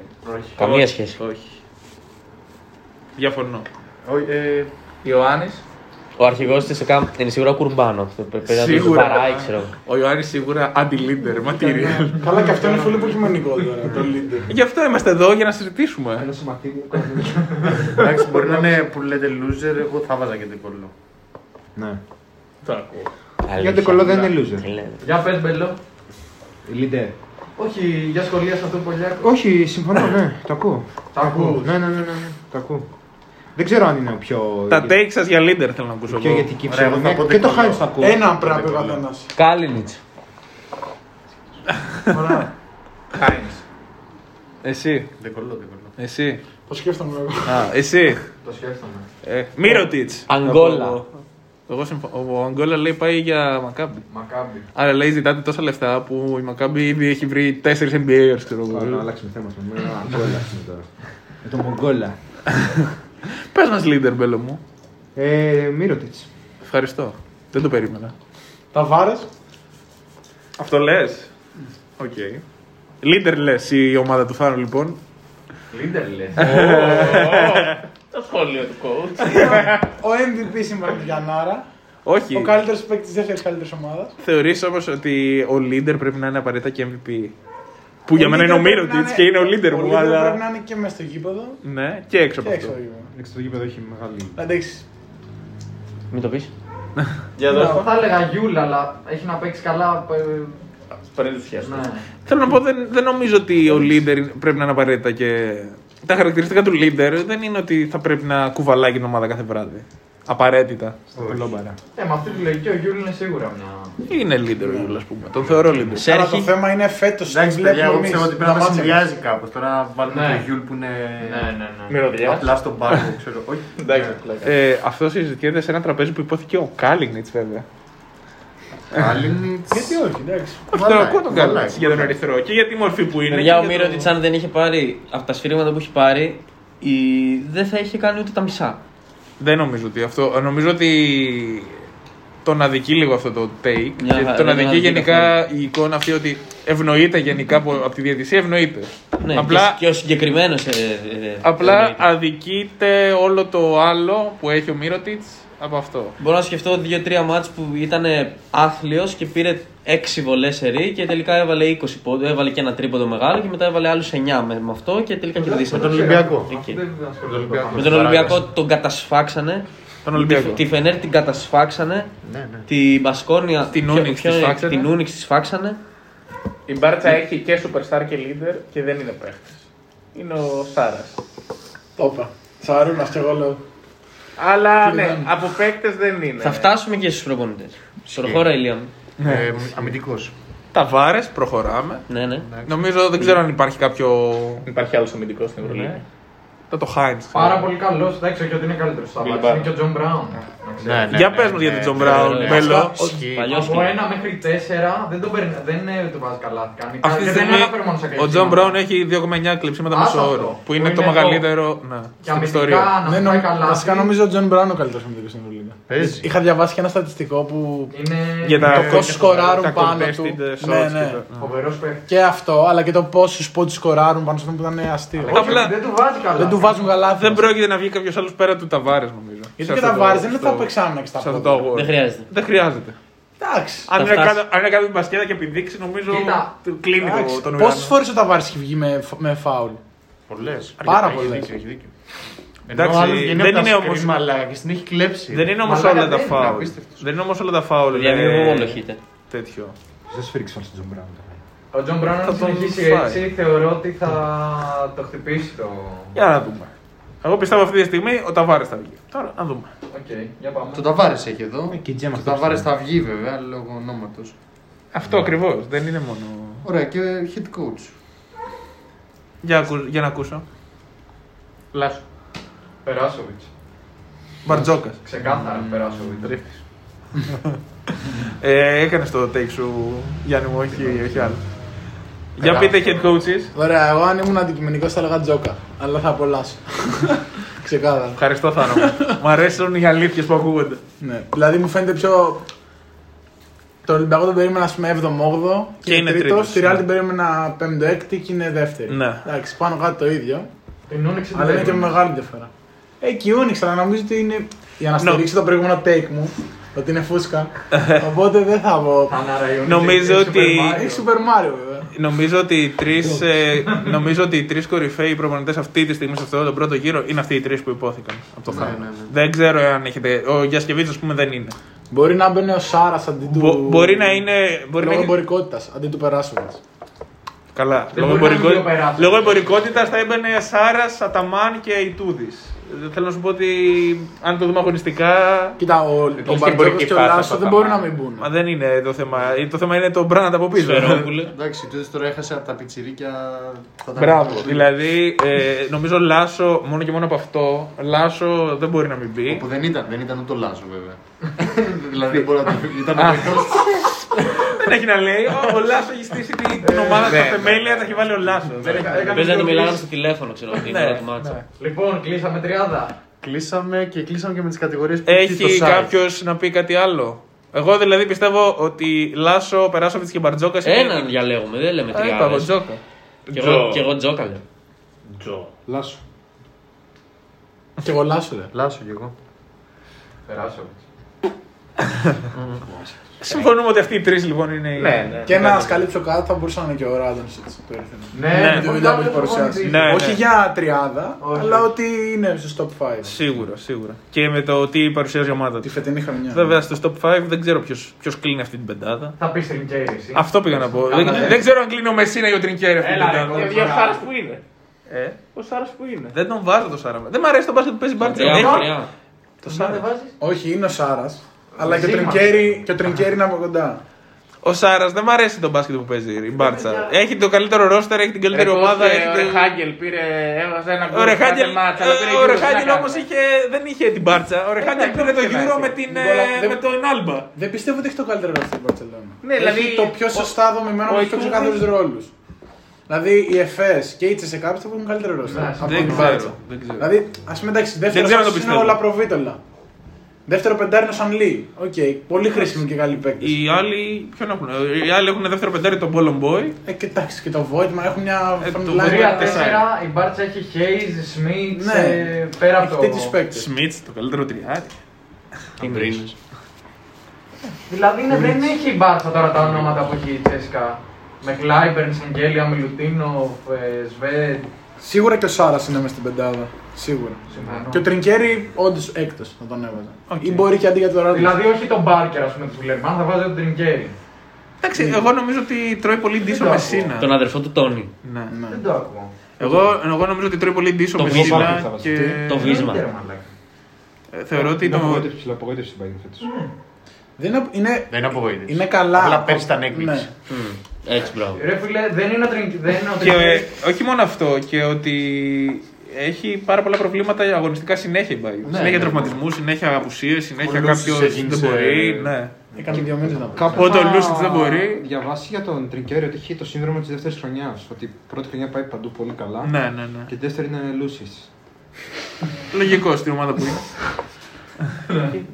F: Καμία σχέση.
B: Όχι. Διαφωνώ.
C: Ιωάννης.
F: Ο αρχηγός της ΕΚΑ είναι σίγουρα ο Κουρμπάνο. Το πε- Πρέπει να το
B: Σίγουρα.
F: παράει, ξέρω. εγώ.
B: Ο Ιωάννης σίγουρα anti-leader, material.
G: Καλά, και αυτό είναι πολύ υποκειμενικό τώρα. Το leader.
B: Γι' αυτό είμαστε εδώ για να συζητήσουμε.
H: Ένα σωματίδιο.
D: Εντάξει, μπορεί να είναι που λέτε loser. Εγώ θα βάζα και την κολλό.
H: Ναι. Για
F: Αλήθεια.
H: τον κολλό δεν είναι loser.
F: Ελένη.
E: Για πες Μπέλο.
H: Λίντερ.
E: Όχι, για σχολεία σε αυτό που λέει.
H: Όχι, συμφωνώ, ναι, το ακούω.
E: Τα ακούω.
H: Ναι, ναι, ναι, ναι, ναι, το ακούω. Δεν ξέρω αν είναι ο πιο.
B: Τα take σας για leader θέλω να ακούσω.
H: η πιο
B: εγώ.
H: ηγετική
D: Ωραία, εγώ θα
H: ψευδονία.
D: πω
H: Και το
D: Ντεκολό.
H: Χάιντ θα ακούω.
G: Ένα πράγμα ο καθένα.
F: Κάλινιτ.
E: Χάιν.
B: Εσύ.
D: Δεκολό, δεκολό.
B: Εσύ.
G: Το σκέφτομαι εγώ.
B: Α, εσύ.
E: Το σκέφτομαι.
B: Ε, Μύρωτιτς.
F: Αγγόλα.
B: Από- Εγώ συμφωνώ. Ο Αγγόλα λέει πάει για Μακάμπι.
E: Μακάμπι.
B: Άρα λέει ζητάτε τόσα λεφτά που η Μακάμπι ήδη έχει βρει 4 NBA, ξέρω
J: Πάμε να
B: εγώ.
J: αλλάξουμε θέμα. στον Αγγόλα έχουμε τώρα. Με τον Μογγόλα.
B: Πες μας leader, μπέλο μου.
H: Ε, Μύρωτιτς.
B: Ευχαριστώ. Δεν το περίμενα.
G: Τα βάρε.
B: Αυτό λες. Οκ. Leader λες η ομάδα του Θάνου λοιπόν.
E: Λίντερ λες.
J: Ε,
C: Το σχόλιο του coach.
G: Ο MVP σήμερα με Γιαννάρα.
B: Όχι.
G: Ο καλύτερος παίκτης της δεύτερης καλύτερης ομάδας.
B: Θεωρείς όμως ότι ο leader πρέπει να είναι απαραίτητα και MVP. Που για
G: Ο
B: μένα είναι ο
G: leader πρέπει να
B: Μύρωτιτς και είναι ο leader
G: ο
B: μου,
G: πρέπει να
B: αλλά...
G: είναι και μέσα στο γήπεδο
B: Ναι, και έξω
G: και
B: από
G: έξω από
B: αυτό.
G: το γήπεδο.
H: Εντάξει, το γήπεδο έχει μεγάλη.
G: Εντάξει.
F: Μην το πεις.
C: Για
E: Εγώ
C: δώσ'
E: θα έλεγα Γιούλα, αλλά έχει να παίξει καλά. ε,
C: Πριν του χιαστώ.
E: Ναι.
B: Θέλω να πω, δεν, δεν νομίζω ότι ο leader πρέπει να είναι απαραίτητα και. Τα χαρακτηριστικά του leader δεν είναι ότι θα πρέπει να κουβαλάει την ομάδα κάθε βράδυ. Απαραίτητα. Στα κολόμπαρα.
E: Ε, με αυτή τη λογική ο Γιούλ είναι σίγουρα μια.
B: Είναι leader ο Γιούλα, ας πούμε. Τον θεωρώ leader.
G: Αλλά το
F: Σέρχη.
G: θέμα είναι φέτος.
D: Εντάξει, παιδιά, εγώ πιστεύω ότι πρέπει να μα ταιριάζει κάπως. Τώρα να βάλουμε
E: Ναι.
D: το Γιούλ που είναι.
E: Ναι, ναι, ναι.
C: Μυρωδιά.
D: Απλά στον πάγκο, ξέρω. Όχι.
C: Εντάξει, πλάκα.
B: Ε, αυτό συζητιέται σε ένα τραπέζι που υπόθηκε ο Κάλινιτ, βέβαια.
D: Κάλινιτ.
G: Γιατί όχι, εντάξει.
B: Όχι,
D: Βαλάει,
B: τον ακούω τον
D: βαλάει,
B: Κάλινιτ για τον
D: βαλάει.
B: αριθρό και για τη μορφή που είναι.
F: Παιδιά,
B: και
F: ο
B: για
F: Μύρωτιτ,
B: το-
F: αν δεν είχε πάρει από τα σφύριγματα που έχει πάρει, η... δεν θα είχε κάνει ούτε τα μισά.
B: Δεν νομίζω ότι αυτό. Νομίζω ότι τον αδικεί λίγο αυτό το take.
F: Μια
B: και
F: χαρά,
B: τον
F: δεν
B: αδικεί
F: αδικεί
B: γενικά η εικόνα αυτή ότι ευνοείται γενικά από, από τη διαιτησία, ευνοείται.
F: Ναι,
B: Απλά
F: και, και ο ε, συγκεκριμένο.
B: Απλά αδικείται όλο το άλλο που έχει ο Μύρωτιτ από αυτό.
F: Μπορώ να σκεφτώ δύο-τρία μάτς που ήταν άθλιος και πήρε 6 βολές σε ρί και τελικά έβαλε 20 πόντου. Έβαλε και ένα τρίποντο μεγάλο και μετά έβαλε άλλους 9 με, με αυτό και τελικά κερδίσαμε.
D: τον Ολυμπιακό.
F: Εκεί.
E: Δεν θα ασχοληθώ
F: Με τον Ολυμπιακό τον κατασφάξανε.
B: Τον Ολυμπιακό.
F: Τη, τη Φενέρ την κατασφάξανε.
D: Ναι, ναι.
F: Τη Μπασκόνια.
B: Την
F: ποιο-
B: Ούνιξ
F: ποιο
B: της
F: είναι,
B: φάξανε.
F: Την Ούνιξ της φάξανε.
C: Η Μπάρτσα έχει και superstar και leader και δεν είναι παίχτης. Είναι ο Σάρας.
G: Το είπα. Τσαρούνα και εγώ λέω.
C: Αλλά ναι, από παίκτες δεν είναι.
F: Θα φτάσουμε και στους προπονητές. Προχώρα, ηλία μου.
B: Ναι.
D: Αμυντικό.
B: Τα βάρε, προχωράμε.
F: Ναι, ναι.
B: Νομίζω δεν ξέρω αν υπάρχει κάποιο.
C: Υπάρχει άλλος αμυντικός στην
B: Ναι.
C: Ευρωλίγα.
B: Θα το Χάιντ.
E: Πάρα πολύ καλός. Εντάξει, όχι ότι είναι καλύτερος στα
C: Μπιλμπάο.
E: μπάτσα. Είναι και ο Τζον Μπράουν. να
D: Ναι,
E: ξέρεις.
B: Για πες μας για τον Τζον
F: Ε,
B: Μπράουν, Μπέλο.
F: Παλιός
E: Από ένα μέχρι τέσσερα δεν τον παίρνει, δεν ε, το βάζεις καλά. Κάνει
B: Αυτής τη
E: δεν
B: στιγμή
E: είναι αναφέρον μόνο σε
B: ο
E: κλεψίματα.
B: Τζον Μπράουν έχει 2,9 κλεψίματα
E: Άσε
B: μέσω
E: αυτό,
B: όρο. Που
E: που
B: είναι το
E: είναι
B: μεγαλύτερο. Ναι,
E: Και
B: στην ιστορία.
E: αμυντικά να Ναι, πάει
G: Δεν Ναι, νομ-
E: καλά.
G: Βασικά νομίζω ο Τζον Μπράουν είναι ο καλύτερος αμυντικός στην Ευρωλίγα.
D: Παίζει.
G: Είχα διαβάσει και ένα στατιστικό που
E: Είναι
B: Για τα
G: το πόσο σκοράρουν
B: τα
G: πάνω
B: contested
G: του.
B: shots
G: Ναι,
B: και
G: ναι.
B: τα-
E: φοβερός παίχτης.
G: Και αυτό, αλλά και το πόσους πόντους σκοράρουν πάνω σε αυτό που ήταν αστείο.
B: Όχι, Απλά-
E: Δεν του βάζει καλά.
G: Δεν του βάζουν καλά.
B: Δεν πρόκειται να βγει κάποιος άλλος πέρα του Ταβάρες, νομίζω. Σε
G: Γιατί και
B: αυτό
G: τα
B: το-
G: βάρη δεν είναι ότι
B: στο-
G: θα παίξανε και
B: σε
G: στα
B: αυτό το
G: πόδια.
B: αγώριο.
F: Δεν χρειάζεται.
B: Δεν χρειάζεται.
G: Εντάξει.
B: Αν είναι
F: φτάσει.
B: κάτω- αν είναι κάτω την μπασκέτα και επιδείξει, νομίζω
E: Κοίτα.
B: του κλείνει το- τον ουρανό.
G: Πόσε φορές ο Ταβάρης έχει βγει με, με φάουλ.
D: Πολλές.
G: Πάρα πολλές.
D: Έχει δίκιο.
B: Εντάξει, δεν είναι όμως-
D: μαλάκα και την έχει κλέψει.
B: Δεν είναι όμως
E: Μαλάκα,
B: όλα τα
E: δεν είναι
B: φάουλ.
D: απίστευτος.
B: Δεν είναι όμως όλα τα φάουλ.
F: Δηλαδή,
B: ε,
F: δεν ομολογείται.
B: Τέτοιο.
J: Δεν σφίριξε όλο τον Τζον Μπράουν. τώρα.
E: Ο Τζον Μπράουν
B: Θα
E: αν
B: τον
E: συνεχίσει
B: φάει.
E: έτσι θεωρώ ότι θα το χτυπήσει το.
B: Για να δούμε. Εγώ πιστεύω αυτή τη στιγμή ο Ταβάρες θα βγει. Τώρα να δούμε.
E: Οκ, για πάμε.
D: Το ταβάρες έχει εδώ.
J: και η Τζέμα
D: Το
J: στο
D: ταβάρε
J: ψηλό.
D: θα βγει βέβαια λόγω ονόματος.
B: Αυτό ακριβώς. Δεν είναι μόνο.
D: Ωραία και hit coach.
B: Για, ακου- για να ακούσω.
C: Λάσο.
E: Περάσοβιτ.
B: Μπαρτζόκας.
D: Mm.
E: Ξεκάθαρα Περάσοβιτ.
B: Ε, Έκανες το take σου, Γιάννη μου, όχι, όχι άλλο. Για πείτε head coaches.
G: Ωραία, εγώ αν ήμουν αντικειμενικός θα έλεγα τζόκα. Αλλά θα απολάσω. Ξεκάθαρα.
B: Ευχαριστώ, Θάνο. μου. Μ' αρέσουν οι αλήθειες που ακούγονται.
G: Ναι. Δηλαδή μου φαίνεται πιο. Το Ολυμπιακό τον περίμενα, ας πούμε, 7ο-8ο
B: Και είναι τρίτος,
G: Τη Ρεάλ
B: ναι.
G: την περίμενα 5ο-6ο και είναι δεύτερη.
B: Ναι.
G: Εντάξει, πάνω κάτω το ίδιο.
E: Την Ούνιξ
G: Αλλά είναι και μεγάλη διαφορά. Ε, και η Unix, αλλά νομίζω ότι είναι. Για να
B: Ναι.
G: στηρίξω το προηγούμενο take μου, ότι είναι φούσκα. Οπότε δεν θα πω. Ε,
B: Νομίζω ότι-
G: Έχει Super Mario, βέβαια.
B: Νομίζω ότι οι τρεις, ε, νομίζω ότι οι τρεις κορυφαίοι προπονητές αυτή τη στιγμή σε αυτό τον πρώτο γύρο είναι αυτοί οι τρεις που υπόθηκαν από το Θάνο.
D: ναι, ναι.
B: Δεν ξέρω αν έχετε. Ο Γιασκεβίτσος, ας πούμε, δεν είναι.
G: Μπορεί να μπαίνει ο Σάρας αντί του.
B: Μπο- μπορεί να είναι. Μπορεί να
G: Λόγω
B: έχει...
G: εμπορικότητας αντί του Περάσοβιτ.
B: Καλά.
E: Δεν
B: Λόγω,
E: μπορεί να
B: εμπορικο...
E: είναι δύο περάσματα.
B: Λόγω εμπορικότητας θα έμπαινε Σάρας, Αταμάν και Ιτούδης. Θέλω να σου πω ότι αν το δούμε αγωνιστικά.
G: Κοίτα, ο, ο Μπαρτζόκος και ο Λάσο δεν μπορούν να μην μπουν.
B: Μα δεν είναι το θέμα. Ε, Το θέμα είναι το Μπράνατ από πίσω.
D: Εντάξει, τούτες τώρα έχασε από τα πιτσιρίκια. θα τα
B: Μπράβο.
D: βγάλω.
B: Δηλαδή, ε, νομίζω Λάσο, μόνο και μόνο από αυτό, Λάσο δεν μπορεί να μην μπει. Όπου
D: δεν ήταν, δεν ήταν ούτε ο Λάσο, βέβαια. δηλαδή, δεν μπορώ να το ήταν
B: Α.
D: μικρός.
B: δεν έχει να λέει. Ο- Ο Λάσος έχει στήσει την την ομάδα
F: ναι.
B: στα θεμέλια, τα ναι. έχει βάλει ο Λάσος.
E: Ε,
F: Πες να τη μιλάγαμε στο τηλέφωνο, ξέρω ότι
B: Ναι,
F: είναι το μάτσα.
E: Λοιπόν, κλείσαμε τριάδα.
D: Κλείσαμε και κλείσαμε και με τις κατηγορίες που
B: Έχει
D: στο site.
B: κάποιος να πει κάτι άλλο. Εγώ δηλαδή πιστεύω ότι Λάσο, Περάσοβιτ και Μπαρτζόκας.
F: Έναν διαλέγουμε, δεν λέμε τρία
B: Είπα εγώ
F: άλλες.
B: Ε, Τζόκα.
F: Κι εγώ- κι εγώ Τζόκα λέω.
B: Τζο.
H: Λάσο.
G: Και εγώ Λάσο, ρε.
D: Λάσο κι εγώ.
E: Περάσω.
B: Συμφωνούμε ότι αυτοί οι τρεις λοιπόν είναι. οι-
G: Ναι, ναι, και να σκαλύψω κάτω θα μπορούσε να είναι και ο Ράντονσιτ το ήρθανε.
B: Ναι,
G: Με
B: ναι.
G: τη δουλειά που έχει παρουσιάσει.
B: Ναι, ναι.
G: Όχι για τριάδα, αλλά ότι είναι στο top 5.
B: Σίγουρα, σίγουρα. Και με το τι παρουσιάζει η ομάδα του. Τη
G: φετινή χρονιά.
B: Βέβαια, στο top 5 δεν ξέρω ποιος κλείνει αυτή την πεντάδα.
E: Θα πεις στην Κέιρι. εσύ.
B: Αυτό πήγα να πω.
E: Καλά,
B: Δεν,
E: ναι.
B: δεν ξέρω αν κλείνει ο Μεσίνα ή ο Τρινκέρι αυτή την
E: Έλα, ρε,
C: Ε,
B: πεντάδα.
E: κόλλα. Για Σάρας
F: που είναι.
B: Ε,
F: Ο Σάρα που είναι.
B: δεν τον βάζω το Σάρα. Δεν μ' αρέσει το μπάσκετ που παίζει μπάρτσα.
F: Μακριά,
B: Έχει-
F: μακριά.
B: Το Σάρα.
G: Όχι, είναι ο Σάρας. Αλλά και ο
B: Μαζί μας.
G: Τρινκέρι, και ο Τρινκέρι είναι από κοντά.
B: Ο Σάρας δεν μ' αρέσει τον μπάσκετ που παίζει η μπάρτσα. Έχει το καλύτερο ρόστερ, έχει την καλύτερη
C: Ρε, πώς,
B: ομάδα.
C: ε,
B: έχει
C: Ο
B: την-
C: Ρεχάγκελ πήρε, έβγαζε ένα
B: Ο
C: γκολ κάθε
B: Ρεχάγγελ,
C: μάτς, αλλά πήρε
B: ο
C: γύρω
B: Ρεχάγγελ
C: στα
B: όμω δεν είχε την μπάρτσα. Ο Ρεχάγγελ πήρε το γύρο με, την, ε,
G: Νικόλα, δεν-
B: με τον Άλμπα.
G: Δεν πιστεύω ότι έχει το καλύτερο ρόλο στην Παρσελόνα.
C: Ναι, δηλαδή,
G: έχει το πιο
C: ο-
G: σωστά δομημένο
C: ο
G: με τους πιο
C: Ιτούδης-
G: ξεκάθαρους ρόλους. Δηλαδή οι ΕΦΕ και οι Τσεσεκάπη θα έχουν καλύτερο ρόλο.
B: Ναι,
G: από
B: δεν
G: την
B: ξέρω,
G: Μπάρτσα.
B: δεν ξέρω.
G: Δηλαδή ας πούμε εντάξει,
B: Δεν
G: δεύτερος
B: ξέρω αν το
G: σωστός είναι ο
B: πιστεύω.
G: Λαπροβίτολα. Δεύτερο πεντάρι είναι ο Σανλή. Οκ, πολύ χρήσιμο και καλή παίκτη.
B: Οι άλλοι, ποιον έχουν, οι άλλοι έχουν δεύτερο πεντάρι τον Πόλον Μπόι.
G: Ε, και εντάξει, και το Βόιτμα έχουν μια front
B: το
G: line.
B: Βόιτμα,
E: Τέσσερα, η Μπάρτσα έχει Χέιζ, Σμιτ,
G: Ναι.
E: πέρα από
G: Έχει
E: το.
G: τέτοιους παίκτες.
B: Σμιτ, το καλύτερο τριάρι. Ε, Αμπρίνο.
E: Δηλαδή είναι, δεν έχει η Μπάρτσα τώρα τα ονόματα που έχει η Τσέσκα. Με Κλάιμπερν, Σεγγέλια, Μιλουτίνο, Σβέντ.
G: Σίγουρα και ο Σάρας είναι μέσα στην πεντάδα. Σίγουρα.
E: Συμφωνώ.
G: Και ο Τρινκέρι, όντως έκτος να τον έβαζα. Ή μπορεί και αντί για τον Ράντο.
E: Δηλαδή όχι τον Μπάρκερ, ας πούμε, τους Βιλερμάν, θα βάζει τον Τρινκέρι.
B: Εντάξει, εγώ νομίζω ότι τρώει πολύ ντύσο
E: το
B: με
E: ακούω.
B: Σίνα.
F: Τον αδερφό του Τόνι.
B: Ναι.
E: Δεν το ακούω.
B: Εγώ, εγώ νομίζω ότι τρώει πολύ ντύσο
F: Το
B: με
F: βίσμα θα
B: Σίνα.
F: βάζει.
B: Και...
F: Τι? Το βίσμα.
E: Δεν, ρε, μαλάκα.
B: Ε, Θεωρώ ότι
H: Είναι
B: το.
H: απογοήτευση, ψηλό, απογοήτευση στην Bayern φέτος.
G: Δεν είναι, είναι,
D: Δεν είναι απογοήτευση.
G: είναι καλά.
D: Απλά πέρσι ήταν έκπληξη.
G: Ναι.
F: Έτσι, μπράβο.
E: Ε, Ρε φίλε, δεν είναι ο Τρινκ- δεν είναι ο
B: Και
E: Τρινκέρι.
B: ε, όχι μόνο αυτό, και ότι έχει πάρα πολλά προβλήματα αγωνιστικά συνέχεια η Bayern. συνέχεια
D: ναι.
B: τραυματισμούς, συνέχεια απουσίες, συνέχεια
D: Λούσιτς
B: κάποιο
D: έγινε
B: δεν
D: σε-
B: μπορεί. Ναι.
G: Έκανε Ε, δύο μήνε να πει.
H: Κάπου
B: Οπότε ο
H: είχα
B: Λούσιτς δεν μπορεί.
H: Διαβάσει για τον Τρινκέρι ότι έχει το σύνδρομο της δεύτερης χρονιάς. Ότι πρώτη χρονιά πάει παντού πολύ καλά.
B: Ναι, ναι, ναι.
H: Και η δεύτερη είναι Λούσιτ.
B: Λογικό στην ομάδα που είναι.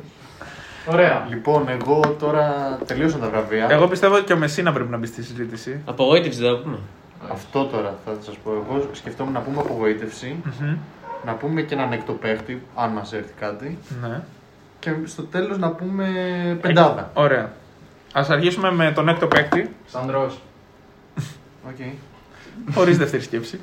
E: Ωραία.
D: Λοιπόν, εγώ τώρα τελείωσαν τα βραβεία.
B: Εγώ πιστεύω ότι και ο Μεσίνα πρέπει να μπει στη συζήτηση.
F: Απογοήτευση δεν θα πούμε.
D: Αυτό τώρα θα σας πω. Εγώ σκεφτόμουν να πούμε απογοήτευση,
B: Μμμ.
D: να πούμε και έναν εκτοπαίχτη, αν μας έρθει κάτι.
B: Ναι.
D: Και στο τέλος να πούμε πεντάδα.
B: Ε, Ωραία. Ας αρχίσουμε με τον έκτο παίκτη,
E: Σαντρό.
D: Okay.
B: χωρίς δεύτερη σκέψη.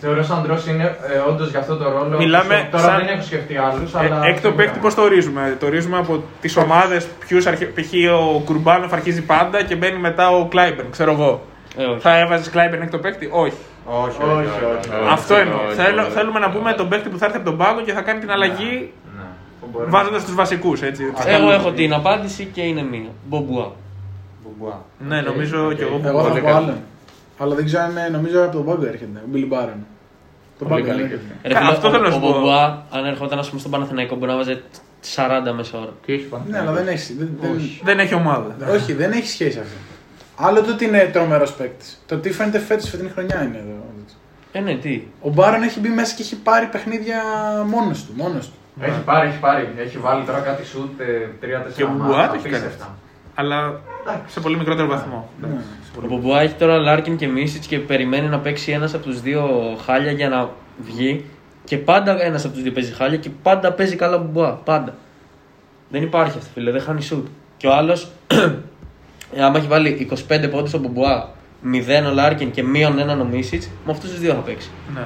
E: Θεωρώ ο Σαντρό είναι ε, όντως για αυτό το ρόλο.
B: Μιλάμε
E: Τώρα
B: σαν-
E: δεν έχω σκεφτεί άλλους, αλλά.
B: Ε, έκτο παίκτη, πώς το ορίζουμε. Το ορίζουμε από τις ομάδες. Ποιους π.χ. ο Κουρμπάνοφ αρχίζει πάντα και μπαίνει μετά ο Κλάιμπερν, ξέρω εγώ.
F: Ε, όχι.
B: Θα έβαζες Κλάιμπερν έκτο παίκτη, όχι.
D: Όχι,
E: όχι, όχι, όχι.
B: Αυτό εννοώ. Θέλω- Θέλουμε να πούμε τον παίκτη που θα έρθει από τον πάγκο και θα κάνει την αλλαγή βάζοντας τους βασικούς. Ε,
F: Εγώ έχω την απάντηση και είναι μία. Μπομπουά.
D: Μπουμπουά.
B: Ναι, νομίζω και εγώ.
G: Εγώ
B: πολύ
G: θα πω
B: καλό.
G: άλλον. Αλλά δεν ξέρω αν είναι- νομίζω από τον Πάγκο έρχεται. Ο Μπιλι Μπάρον. Το Πάγκο έρχεται.
F: Ρε,
B: Α,
F: φίλε,
B: αυτό
F: ο-
B: θέλω να σου
F: Ο
B: πω.
F: Μπομπουά, αν ερχόταν ας πούμε, στον Παναθηναϊκό, μπορεί να βάζει 40 μέσα ώρα.
C: Τι έχει πάνω.
G: Ναι, αλλά δεν έχει. Δεν, δεν-
B: Δεν έχει ομάδα.
G: όχι, δεν έχει σχέση αυτό. Άλλο το ότι είναι τρομερός παίκτης. Το τι φαίνεται φέτος, φετινή χρονιά είναι εδώ.
F: Ε, ναι, τι.
G: Ο Μπάρον έχει μπει μέσα και έχει πάρει παιχνίδια μόνος του. Μόνος του.
E: Έχει πάρει, έχει πάρει. Έχει βάλει τώρα κάτι σουτ ε, 3-4
B: Και ο Μπομπουά το έχει κάνει αυτό. Αλλά σε πολύ μικρότερο βαθμό. Εντάξει, σε πολύ
F: Ο Μπομπουά έχει τώρα Λάρκιν και Μίσιτ και περιμένει να παίξει ένας από τους δύο χάλια για να βγει. Και πάντα ένας από τους δύο παίζει χάλια και πάντα παίζει καλά ο Μπομπουά. Πάντα. Δεν υπάρχει αυτό, φίλε, δεν χάνει σουτ. Και ο άλλος, άμα έχει βάλει 25 πόντους ο Μπομπουά, 0 ο Λάρκιν και μείον έναν ο Μίσιτ, με αυτούς τους δύο θα παίξει.
B: Ναι.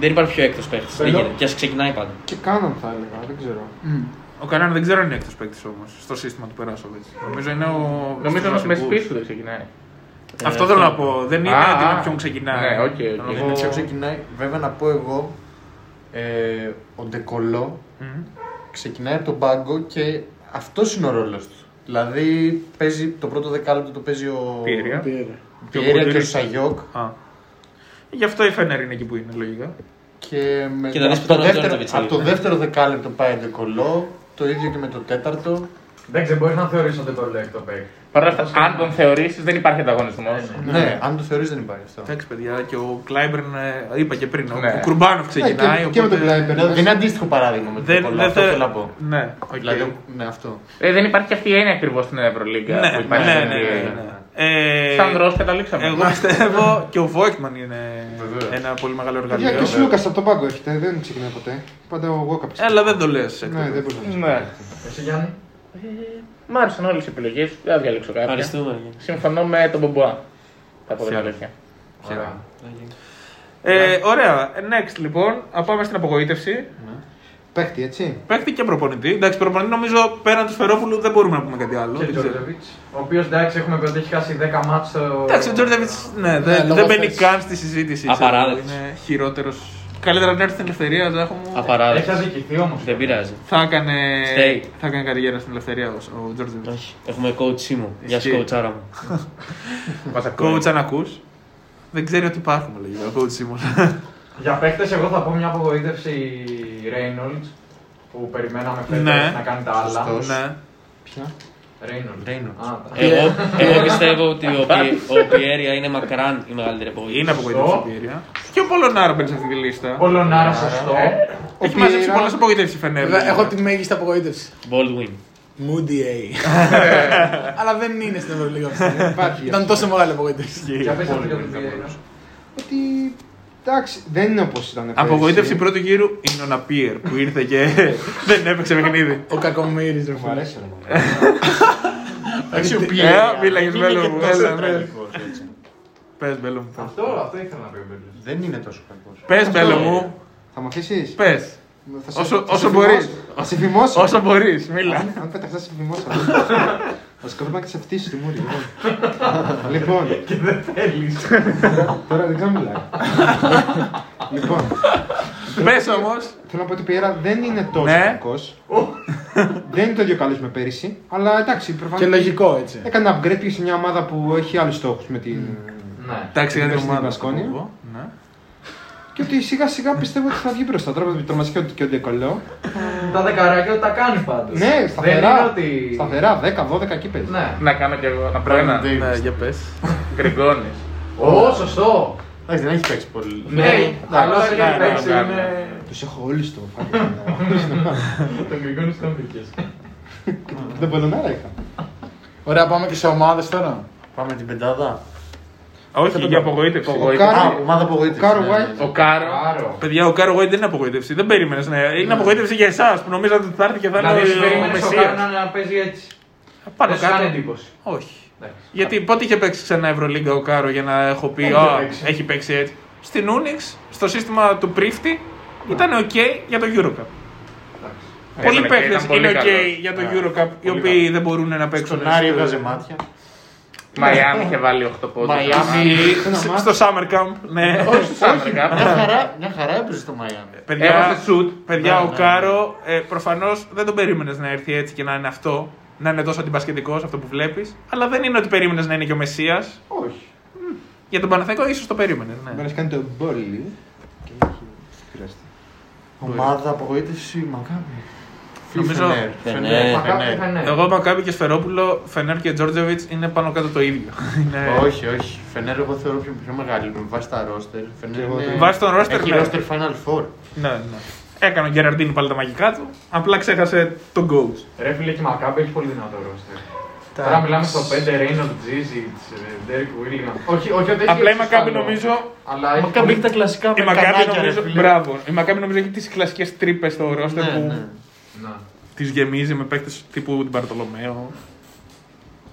F: Δεν υπάρχει πιο έκτος παίχτης. Δεν
H: Θέλω-
F: γίνεται. Και ας ξεκινάει πάντα.
H: Και κάναν θα έλεγα, δεν ξέρω.
B: Ο Κανάν δεν ξέρω αν είναι έκτος παίκτης όμως στο σύστημα του Περάσοβιτ. Νομίζω είναι ο.
C: Νομίζω
B: στους
C: ένα
B: βασικούς.
C: μεσπίση που δεν ξεκινάει.
D: Ε,
B: Αυτό θέλω να πω. Δεν είναι ότι με ποιον ξεκινάει.
C: Ναι, οκ, οκ.
B: Θέλω να
D: Εγώ...
B: πω-
D: Ποιο ξεκινάει, βέβαια να πω εγώ, ε, ο Ντεκολό ξεκινάει από τον πάγκο και αυτός είναι ο ρόλος του. Δηλαδή παίζει το πρώτο δεκάλεπτο το παίζει ο
B: Πιέρια.
D: Πιέρια.
B: Και ο
D: Πιέρια και ο
B: Κουντουρίτης.
D: Σαγιόκ.
B: Γι' αυτό η Φένερ είναι εκεί που είναι, λογικά.
D: Και, με...
B: Και τα δεις
D: από, το ναι.
B: πιθανόν
D: δεύτερο,
B: Τζόρτζεβιτς
D: από το
B: είναι.
D: δεύτερο δεκάλεπτο πάει ο Ντεκολό, το ίδιο και με το τέταρτο.
E: Εντάξει, δεν μπορείς να θεωρήσει ότι το λέει το παίκτη.
C: Παρ' όλα αυτά, αν τον θεωρήσεις, δεν υπάρχει ανταγωνισμός.
D: Ναι, αν το θεωρείς δεν υπάρχει αυτό.
B: Εντάξει, παιδιά, και ο Κλάιμπερν, ε, είπα και πριν, ο-
D: Ναι.
B: ο Κουρμπάνοφ ξεκινάει.
D: Ναι, και- και με τον Κλάιμπερν.
B: οπότε-
D: Είναι αντίστοιχο παράδειγμα με τον
B: Δεν-
D: Ντεκολό,
B: δεν
D: αυτό
B: θε-
D: θέλω να πω.
B: Ναι, οκ.
D: Δηλαδή, ναι, αυτό.
C: Ε, δεν υπάρχει και αυτή η έννοια ακριβώς στην Ευρωλίγκα.
B: Ναι,
C: που υπάρχει
B: ναι,
C: στην
B: ναι,
C: NBA.
B: ναι, ναι. Ε,
C: Σαν ροζ καταλήξαμε.
B: Εγώ πιστεύω και ο Βόικμαν είναι ένα πολύ μεγάλο
H: Παιδιά, και ο
B: εργαλείο.
H: Σλούκας από τον πάγκο έχετε, δεν ξεκινάει ποτέ. Πάντα ο Γόκαπ.
B: Έλα, δεν το λες.
H: Ναι, δεν μπορείς να το
C: Ναι.
E: Εσύ Γιάννη.
C: ε, Μ' άρεσαν όλες οι επιλογές. Δεν θα διαλέξω κάποια.
F: Ευχαριστούμε, Γιάννη.
C: Συμφωνώ με τον Μπομποά. Θα πω την αλήθεια.
B: Ωραία. Ε, ωραία, next λοιπόν, να πάμε στην απογοήτευση.
D: Ναι.
H: Παίχτη, έτσι.
B: Παίχτη και προπονητή. Εντάξει, προπονητή νομίζω πέραν του Σφερόπουλου δεν μπορούμε να πούμε κάτι άλλο.
E: Και
B: δεν ξέρω.
E: Τζόρτεβιτ. Ο οποίος εντάξει, έχουμε πει ότι έχει χάσει 10 μάτς στο.
B: Εντάξει, ο Τζόρτεβιτ
H: Ε,
B: ναι, δεν, δεν μπαίνει καν στη συζήτηση. ξέρω,
F: Απαράδεκτος.
B: Είναι χειρότερος. Καλύτερα να έρθει στην ελευθερία, Ζάχο μου.
F: Απαράδεκτο.
E: Έχει αδικηθεί όμως.
F: Δεν πειράζει.
B: Θα έκανε,
F: Stay.
B: θα έκανε καριέρα στην ελευθερία ο, ο Τζόρτεβιτ.
F: Όχι. Έχουμε coach μου. Γεια σου,
B: Ισχύει.
F: κοουτσάρα μου.
B: Coach, αν ακού. Δεν ξέρει ότι υπάρχουμε, λέγεται. Ο coach Σίμον.
E: Για παίχτες εγώ θα πω μια απογοήτευση Reynolds που περιμέναμε φέτος
B: Ναι.
E: να κάνει τα άλλα.
B: Σωστός. Ναι.
E: Ποια? Reynolds.
D: Reynolds.
E: Α, τα-
F: Εγώ, εγώ πιστεύω ότι ο, Πι, ο Πιέρια είναι μακράν η μεγαλύτερη απογοήτευση.
B: Είναι απογοήτευση η Πιέρια. Και ο Πολωνάρα μπαίνει σε αυτή τη λίστα.
E: Πολωνάρα, σωστό.
B: Έχει μαζέψει
G: Πιέρα-
B: πολλές απογοητεύσεις φαίνεται.
G: Βέβαια, έχω τη μέγιστη απογοήτευση.
F: Baldwin.
G: Moody A. Αλλά δεν είναι στην Ευρωλίγα αυτή τη στιγμή.
H: Υπάρχει.
G: Ήταν τόσο μεγάλη απογοήτευση.
E: Για πες αυτό για τον Πιέρα.
H: Ότι. Εντάξει, δεν είναι όπως ήταν. πέρυσι.
B: Απογοήτευση πρώτου γύρου είναι ο Ναπίερ που ήρθε και δεν έπαιξε παιχνίδι.
G: Ο κακομοίρης ρε
H: Μου
G: φίλε.
H: αρέσει. ρε.
D: Εντάξει, ο
B: Ε,
D: Πιέρια
B: μίλαγε μπέλο
D: είναι
B: μου.
D: και τόσο
B: Έλα, ναι.
D: τραγικός, έτσι.
B: Πες μπέλο μου.
E: Αυτό, αυτό ήθελα να πει ο Μπέλος.
D: Δεν είναι τόσο κακός.
B: Πες μπέλο μου.
H: Θα μου αφήσεις.
B: Πες. Όσο- όσο μπορείς.
H: Θα σε φημώσω.
B: Όσο μπορείς, μίλα.
H: Αν- Αν πεταχτάς, σε φημώσω. Ο σκοπό να σε φτύσει τη μούρη. λοιπόν. Λοιπόν. Και δεν θέλεις. Τώρα δεν ξέρω να μιλάω. Λοιπόν,
B: Πες όμως.
H: θέλω να πω ότι η Πιέρα δεν είναι τόσο
B: Ναι.
H: κακός. Δεν είναι το ίδιο καλός με πέρυσι. Αλλά εντάξει,
G: Και
H: προφανώ.
G: λογικό έτσι.
H: Έκανε upgrade πήγε σε μια ομάδα που έχει άλλους στόχους με την
E: Ναι.
B: Εντάξει, για την
H: Στην
B: ομάδα.
H: Βασκόνια.
B: θα το πω, ναι.
H: Και ότι σιγά σιγά πιστεύω ότι θα βγει μπροστά. Τώρα με το Μασικέ και ο Ντεκολό.
E: Τα δεκαράκια τα κάνει πάντως.
H: Ναι,
E: Δεν είναι
H: σταθερά.
E: ότι...
H: Σταθερά, 10-12 εκεί παίζει.
E: Ναι.
C: Να κάνω κι εγώ. Να πω ένα.
B: Ναι, για πες.
C: Γκριγκόνης.
E: Ω, σωστό.
D: Εντάξει, δεν έχει παίξει πολύ.
E: Ναι, αλλά
D: εντάξει,
E: έχει
D: ναι, ναι,
E: παίξει
D: ναι.
E: είναι...
H: Τους έχω όλους στο φάκι.
E: Τον Γκριγκόνη στον βρήκες.
H: Δεν μπορώ να είχα.
G: Ωραία, πάμε και σε ομάδες τώρα.
D: Πάμε την πεντάδα.
B: Όχι, για απογοήτευση.
H: Ο
D: Α,
H: Κάρο-
D: ομάδα
H: ο
D: απογοήτευση.
H: Κάρο
D: ναι.
H: White.
C: Ο Κάρο.
E: Άρο.
B: Παιδιά, ο Κάρο Γουάιντ δεν είναι απογοήτευση. Δεν περίμενες. Ναι. Είναι απογοήτευση για εσάς που νομίζατε ότι θα έρθει και θα
E: Δηλαδή, σου
B: είναι ο
E: περίμενε ο Κάρο
B: Μεσία.
E: να- να παίζει έτσι.
B: Πάνω
E: Δεν σου κάνει
B: κάτω.
E: εντύπωση.
B: Όχι.
E: Εντάξει.
B: Γιατί πότε είχε παίξει ξανά Ευρωλίγκα ο Κάρο για να έχω πει
E: Έχει
B: Α,
E: παίξει».
B: έχει παίξει έτσι. Στην Ούνιξ, στο σύστημα του πρίφτη, ήταν οκ για το Eurocup.
E: Εντάξει.
B: Πολλοί
C: ήταν- ήταν
B: παίχτε
C: πολύ
B: είναι οκ
C: καλός.
B: για το Eurocup οι οποίοι δεν μπορούν να παίξουν.
D: ναι. Στον Άρη
B: στο-
D: έβγαζε μάτια.
C: Μαϊάμι είχε βάλει 8 πόντου.
D: Μαϊάμι.
H: Ένα
B: σ-
H: μάτς.
B: Στο Summer Camp, ναι.
D: Μια χαρά, μια χαρά έπαιζε στο Μαϊάμι.
B: Παιδιά,
C: Έβασε σουτ.
B: παιδιά
D: Ναι,
B: ο
D: ναι,
B: Κάρο ε, προφανώς δεν τον περίμενες να έρθει έτσι και να είναι αυτό. Να είναι τόσο αντιπασχετικό αυτό που βλέπεις. Αλλά δεν είναι ότι περίμενες να είναι και ο Μεσία.
H: Όχι.
B: Για τον Παναθέκο ίσως το περίμενες.
H: Μπορεί
B: Ναι.
H: να έχει κάνει το μπόλι. Και έχει χρειαστεί.
D: Ομάδα απογοήτευση Μακάβη.
B: Νομίζω-
D: Φενέρ.
F: Φενέρ.
D: Φενέρ.
E: Μακάβι
D: Φενέρ.
E: Φενέρ.
B: Εγώ, Μακάβι και Σφερόπουλο, Φενέρ και Τζόρτζεβιτ είναι πάνω κάτω το ίδιο. Είναι-
D: Όχι, όχι. Φενέρ εγώ θεωρώ πιο, πιο μεγάλη. Με βάση τα ρόστερ. Φενέρ
H: εγώ
D: είναι...
H: το-
B: Βάσει τον ρόστερ,
D: Έχει
B: ναι.
D: ρόστερ Final Four.
B: Ναι, ναι. Έκανε ο Γκεραρντίνη πάλι τα μαγικά του. Απλά ξέχασε τον coach.
E: Ρε φίλε και η Μακάμπη έχει πολύ δυνατό ρόστερ. Τώρα μιλάμε στο 5 Ρέινολτ, Τζίζιτ, Ντέρικ Βίλιαμ. Όχι, όχι, ότι έχει
B: Απλά η Μακάμπη
E: εξωσταλό,
B: νομίζω.
E: Αλλά έχει
D: Μακάβη
E: πολύ-
D: έχει τα
F: Ε,
D: κλασικά
B: Η
D: με
B: Μακάμπη
D: κανάκια ρε
B: νομίζω.
D: φίλε.
B: Μπράβο. Η Μακάμπη νομίζω έχει τις κλασικές τρύπες στο ρόστερ
D: Ναι,
B: που
D: ναι.
E: Να.
B: τις γεμίζει με παίκτες τύπου την Παρτολομέο.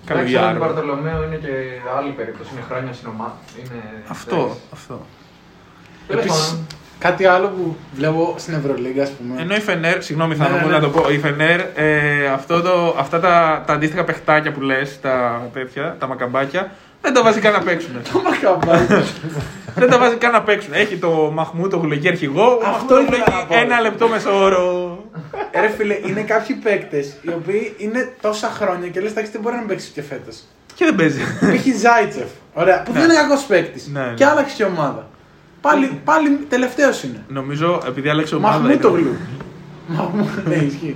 E: Εντάξει, αλλά τον
B: Καλογιάρο.
E: Παρτολομέο είναι και άλλη περίπτωση. Είναι χρόνια στην ομάδα. Είναι...
B: Αυτό, αυτό.
G: Επίσης,
E: Επίση.
G: κάτι άλλο που βλέπω στην Ευρωλίγκα, ας πούμε.
B: Ενώ η Φενέρ, συγγνώμη θα
G: Ναι,
B: μου
G: ναι,
B: να
G: ναι.
B: το πω, η Φενέρ, ε, αυτό το, αυτά τα, τα αντίστοιχα παιχτάκια που λες, τα τέτοια, τα μακαμπάκια, Δεν τα βάζει καν να παίξουν. Το Δεν τα βάζει καν να παίξουν. Έχει το Μαχμούτο Γουλεγγί αρχηγό. Αυτό
G: ήθελα να πω.
B: Ένα λεπτό μεσόωρο.
G: Ρε φίλε, είναι κάποιοι παίκτες οι οποίοι είναι τόσα χρόνια και λες, εντάξει, δεν μπορεί να παίξει και φέτος.
B: Και δεν παίζει.
G: Π.χ. Ζάιτσεφ. Ωραία, που δεν είναι κακός παίκτης.
B: Ναι, ναι.
G: Και άλλαξε η ομάδα. Πάλι, πάλι τελευταίος είναι.
B: Νομίζω επειδή άλλαξε Ναι, ομάδα.
G: Μαχμούτογλου.
B: είναι-
G: Μαχμού- Ναι, ισχύει.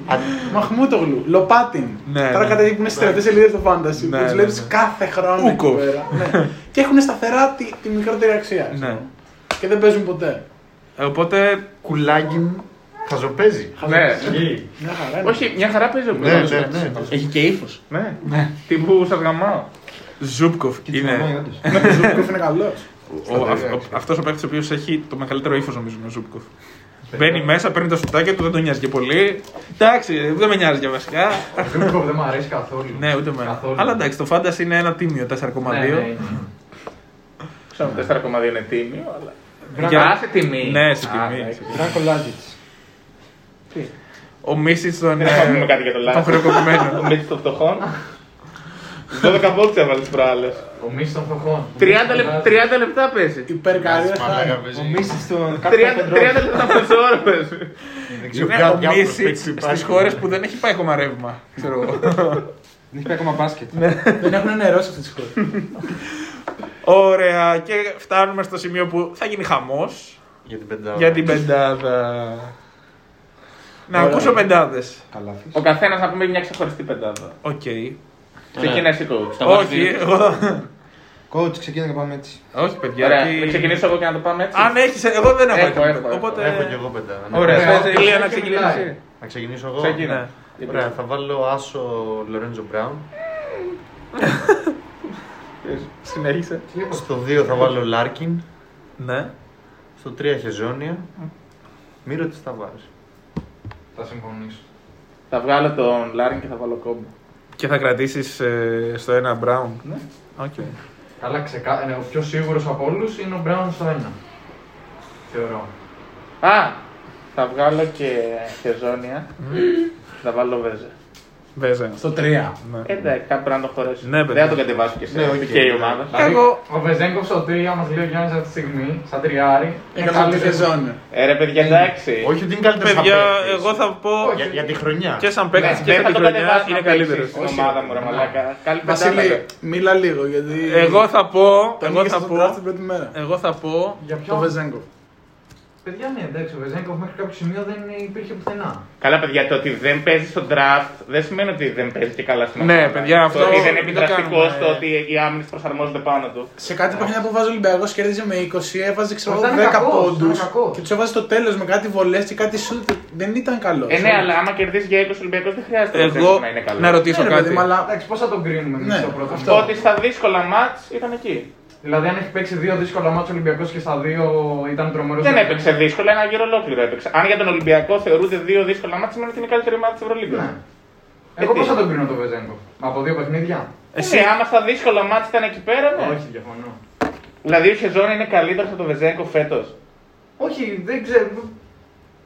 G: Μαχμούτογλου. Λοπάτιν.
B: Ναι,
G: Τώρα
B: ναι.
G: καταλήγουν είναι στρατέ σε leader στο fantasy.
B: Ναι,
G: Που
B: ναι,
G: του βλέπεις
B: ναι.
G: κάθε χρόνο εκεί
B: Ούκοφ.
G: πέρα. Ναι. Και έχουν σταθερά τη, τη μικρότερη αξία.
B: Ναι.
G: Και δεν παίζουν ποτέ.
B: Ε, Οπότε.
D: Κουλάκι μου. Χαζοπέζει.
C: Ναι.
G: Μια χαρά. είναι.
C: Όχι, μια χαρά παίζει ο
D: Ναι,
C: Μπρόνος.
D: ναι, ναι.
F: Έχει και ύφος.
C: Ναι. Τύπου σας γαμάω.
B: Ζούπκοφ είναι.
G: Ο Ζούκοφ είναι καλός.
B: Αυτός ο παίκτης ο οποίος έχει το μεγαλύτερο ύφος, νομίζω, είναι ο Ζούπκοφ. Μπαίνει μέσα, παίρνει τα σουτάκια του, δεν τον νοιάζει και πολύ. Εντάξει, δεν με νοιάζει και βασικά.
E: Γκρούκοφ δεν μου αρέσει καθόλου.
B: Ναι, ούτε εμένα.
E: Καθόλου.
B: Αλλά εντάξει, το φάνταση είναι ένα τίμιο 4,2.
E: Ναι, ναι.
C: Ξέρω 4,2 είναι τίμιο, αλλά.
B: Για-
E: Άσε τιμή.
B: Ναι, σε
E: Α,
B: τιμή.
E: εντάξει.
J: Δράκο Λάζιτ.
B: Ο Μίσης τον. ε,
C: Δεν θα πούμε κάτι για το
B: Τον
C: λάθο.
B: χρεοκοπημένο.
C: Ο Μίτσο των φτωχών. 12 βόλτσε έβαλε τι προάλλες.
E: Ο μίσο των φτωχών.
C: 30 λεπ- 30 λεπτά παίζει.
G: Υπερκαρία.
D: Μαλάκα
J: Ο
D: παίζει.
J: Μίση τον
C: 30 30 λεπτά μεσόωρο παίζει.
D: Δεν ξέρω
B: Είναι
D: ποια-
B: ο
D: ποια
B: Μίσης
D: προσπέκτηση
B: στι
D: υπάρχει.
B: χώρες που δεν έχει πάει ακόμα ρεύμα. Ξέρω εγώ.
H: Δεν έχει πει ακόμα μπάσκετ.
G: Δεν έχουν νερό σε αυτές τις χώρες.
B: Ωραία, και φτάνουμε στο σημείο που θα γίνει χαμός
D: Για την πεντάδα.
B: για την πεντάδα. Να ακούσω πεντάδες.
H: Καλάθι.
C: Ο καθένας να πούμε μια ξεχωριστή πεντάδα.
B: Οκ.
D: Ναι.
C: Ξεκινά εσύ coach.
F: Τα βάζεις
B: Όχι,
F: δύο.
B: εγώ.
H: Coach, ξεκίνα και πάμε έτσι.
B: Όχι, παιδιά.
C: Ωραία,
B: τι-
C: μην ξεκινήσω εγώ και να το πάμε έτσι.
D: ναι.
B: Αν έχεις, εγώ δεν έχω.
C: Έχω, έχω, έχω.
B: Οπότε.
D: Έχω κι εγώ πεντάδα. ναι.
B: Ωραία,
E: Ωραία.
B: θες, Ηλία, να
E: Και
B: ξεκινήσει.
E: μιλάει.
D: Να ξεκινήσω εγώ.
C: Ξεκινά.
B: Ναι.
D: Ωραία, θα βάλω άσο Λορέντζο Μπράουν.
B: Συνέχισε.
D: Στο 2 θα βάλω Λάρκιν.
B: Ναι.
D: Στο 3 Χεζόνια. Μύρο τη Ταβάρη.
E: Θα συμφωνήσω.
C: Θα βγάλω τον Λάριν και θα βάλω κόμπο.
B: Και θα κρατήσεις στο ένα Μπράουν. Ναι. Οκ.
E: Καλά, ξεκα... ναι, ο πιο σίγουρος από όλους είναι ο Μπράουν στο ένα. Θεωρώ.
C: Α! Θα βγάλω και χεζόνια. Θα βάλω βέζε.
B: Βέζε.
G: Στο 3.
B: Ναι.
C: Εντάξει, Ε, κάπου πρέπει να το χωρέσω.
B: Ναι,
C: Δεν
B: παιδιά.
C: θα το κατεβάσω και εσύ.
D: Ναι, οκ.
C: και η ομάδα.
B: Και εγώ.
E: Δηλαδή, Ο Βεζέγκοφ στο 3 μας λέει ο Γιάννης αυτή τη στιγμή, σαν τριάρι.
G: Είναι καλή
E: καλύτερος.
G: σεζόν.
C: Ε, ρε παιδιά, εντάξει.
D: Όχι ότι είναι καλύτερος
B: Ε, Παιδιά, εγώ θα πω
D: Για, για τη χρονιά.
B: και σαν
C: Ναι,
B: παίκτη και
C: δεν
B: σαν
C: θα
B: τη
C: το
B: χρονιά
C: κατεβάσω
B: είναι
C: να παίξεις
B: καλύτερος.
C: Στην ομάδα μου, ρε μαλάκα. Καλή
G: Βασίλη,
C: πεντάδα.
G: μίλα λίγο γιατί.
B: Εγώ θα πω.
G: τον
B: Εγώ
G: νίκησες
B: θα
G: στο draft
B: πω. Ε,
G: την πρώτη μέρα.
B: Εγώ θα πω.
E: Για
G: Το
E: ποιον.
G: Βεζέγκοφ.
E: Παιδιά, ναι, εντάξει, ο Βεζέγκοφ μέχρι κάποιο σημείο δεν υπήρχε πουθενά.
C: Καλά, παιδιά, το ότι δεν παίζει στο draft δεν σημαίνει ότι δεν παίζει και καλά στην
B: Ναι,
C: ομάδα.
B: παιδιά, αυτό
C: Το ότι δεν
B: δεν
C: είναι
B: το
C: επιδραστικός
B: κάνουμε.
C: στο ότι οι άμυνες προσαρμόζονται πάνω του.
G: Σε κάτι παιχνίδια που βάζει ο Ολυμπιακός κέρδιζε με 20, έβαζε ξέρω,
E: Ήταν
G: 10
E: κακός,
G: πόντους
E: ήταν κακός.
G: και τους έβαζε στο τέλος με κάτι βολές και κάτι σουτ. Δεν ήταν καλός.
C: Ε, ναι, αλλά άμα κερδίσει για 20 Ολυμπιακός δεν χρειάζεται να
B: Εγώ
C: ξέρεις να είναι καλός.
B: να ρωτήσω
G: Ναι, ρε παιδί
B: κάτι.
G: μου, αλλά
E: Δηλαδή, Εντάξει, πώς θα τον κρίνουμε εμείς
G: Ναι,
E: το πρώτο
G: αυτό.
E: μήνα.
C: Ότι στα δύσκολα μάτς ήταν εκεί.
E: Δηλαδή, αν έχει παίξει δύο δύσκολα μάτια Ολυμπιακός και στα δύο ήταν τρομερός.
C: Δεν έπαιξε δύσκολα, ένα γύρο ολόκληρο έπαιξε. Αν για τον Ολυμπιακό θεωρούνται δύο δύσκολα μάτια, σημαίνει ότι είναι η καλύτερη μάτια της Ευρωλίγκας.
E: Ναι. Εγώ
C: Ε,
E: πώ
C: τι.
E: θα τον κρίνω τον Βεζέγκοφ. Από δύο παιχνίδια.
B: Εσύ-
C: Εσύ, άμα στα δύσκολα μάτια ήταν εκεί πέρα, ναι.
E: Όχι, διαφωνώ.
C: Δηλαδή ο Χεζόν είναι καλύτερο από τον Βεζέγκο φέτος.
E: Όχι, δεν ξέρω.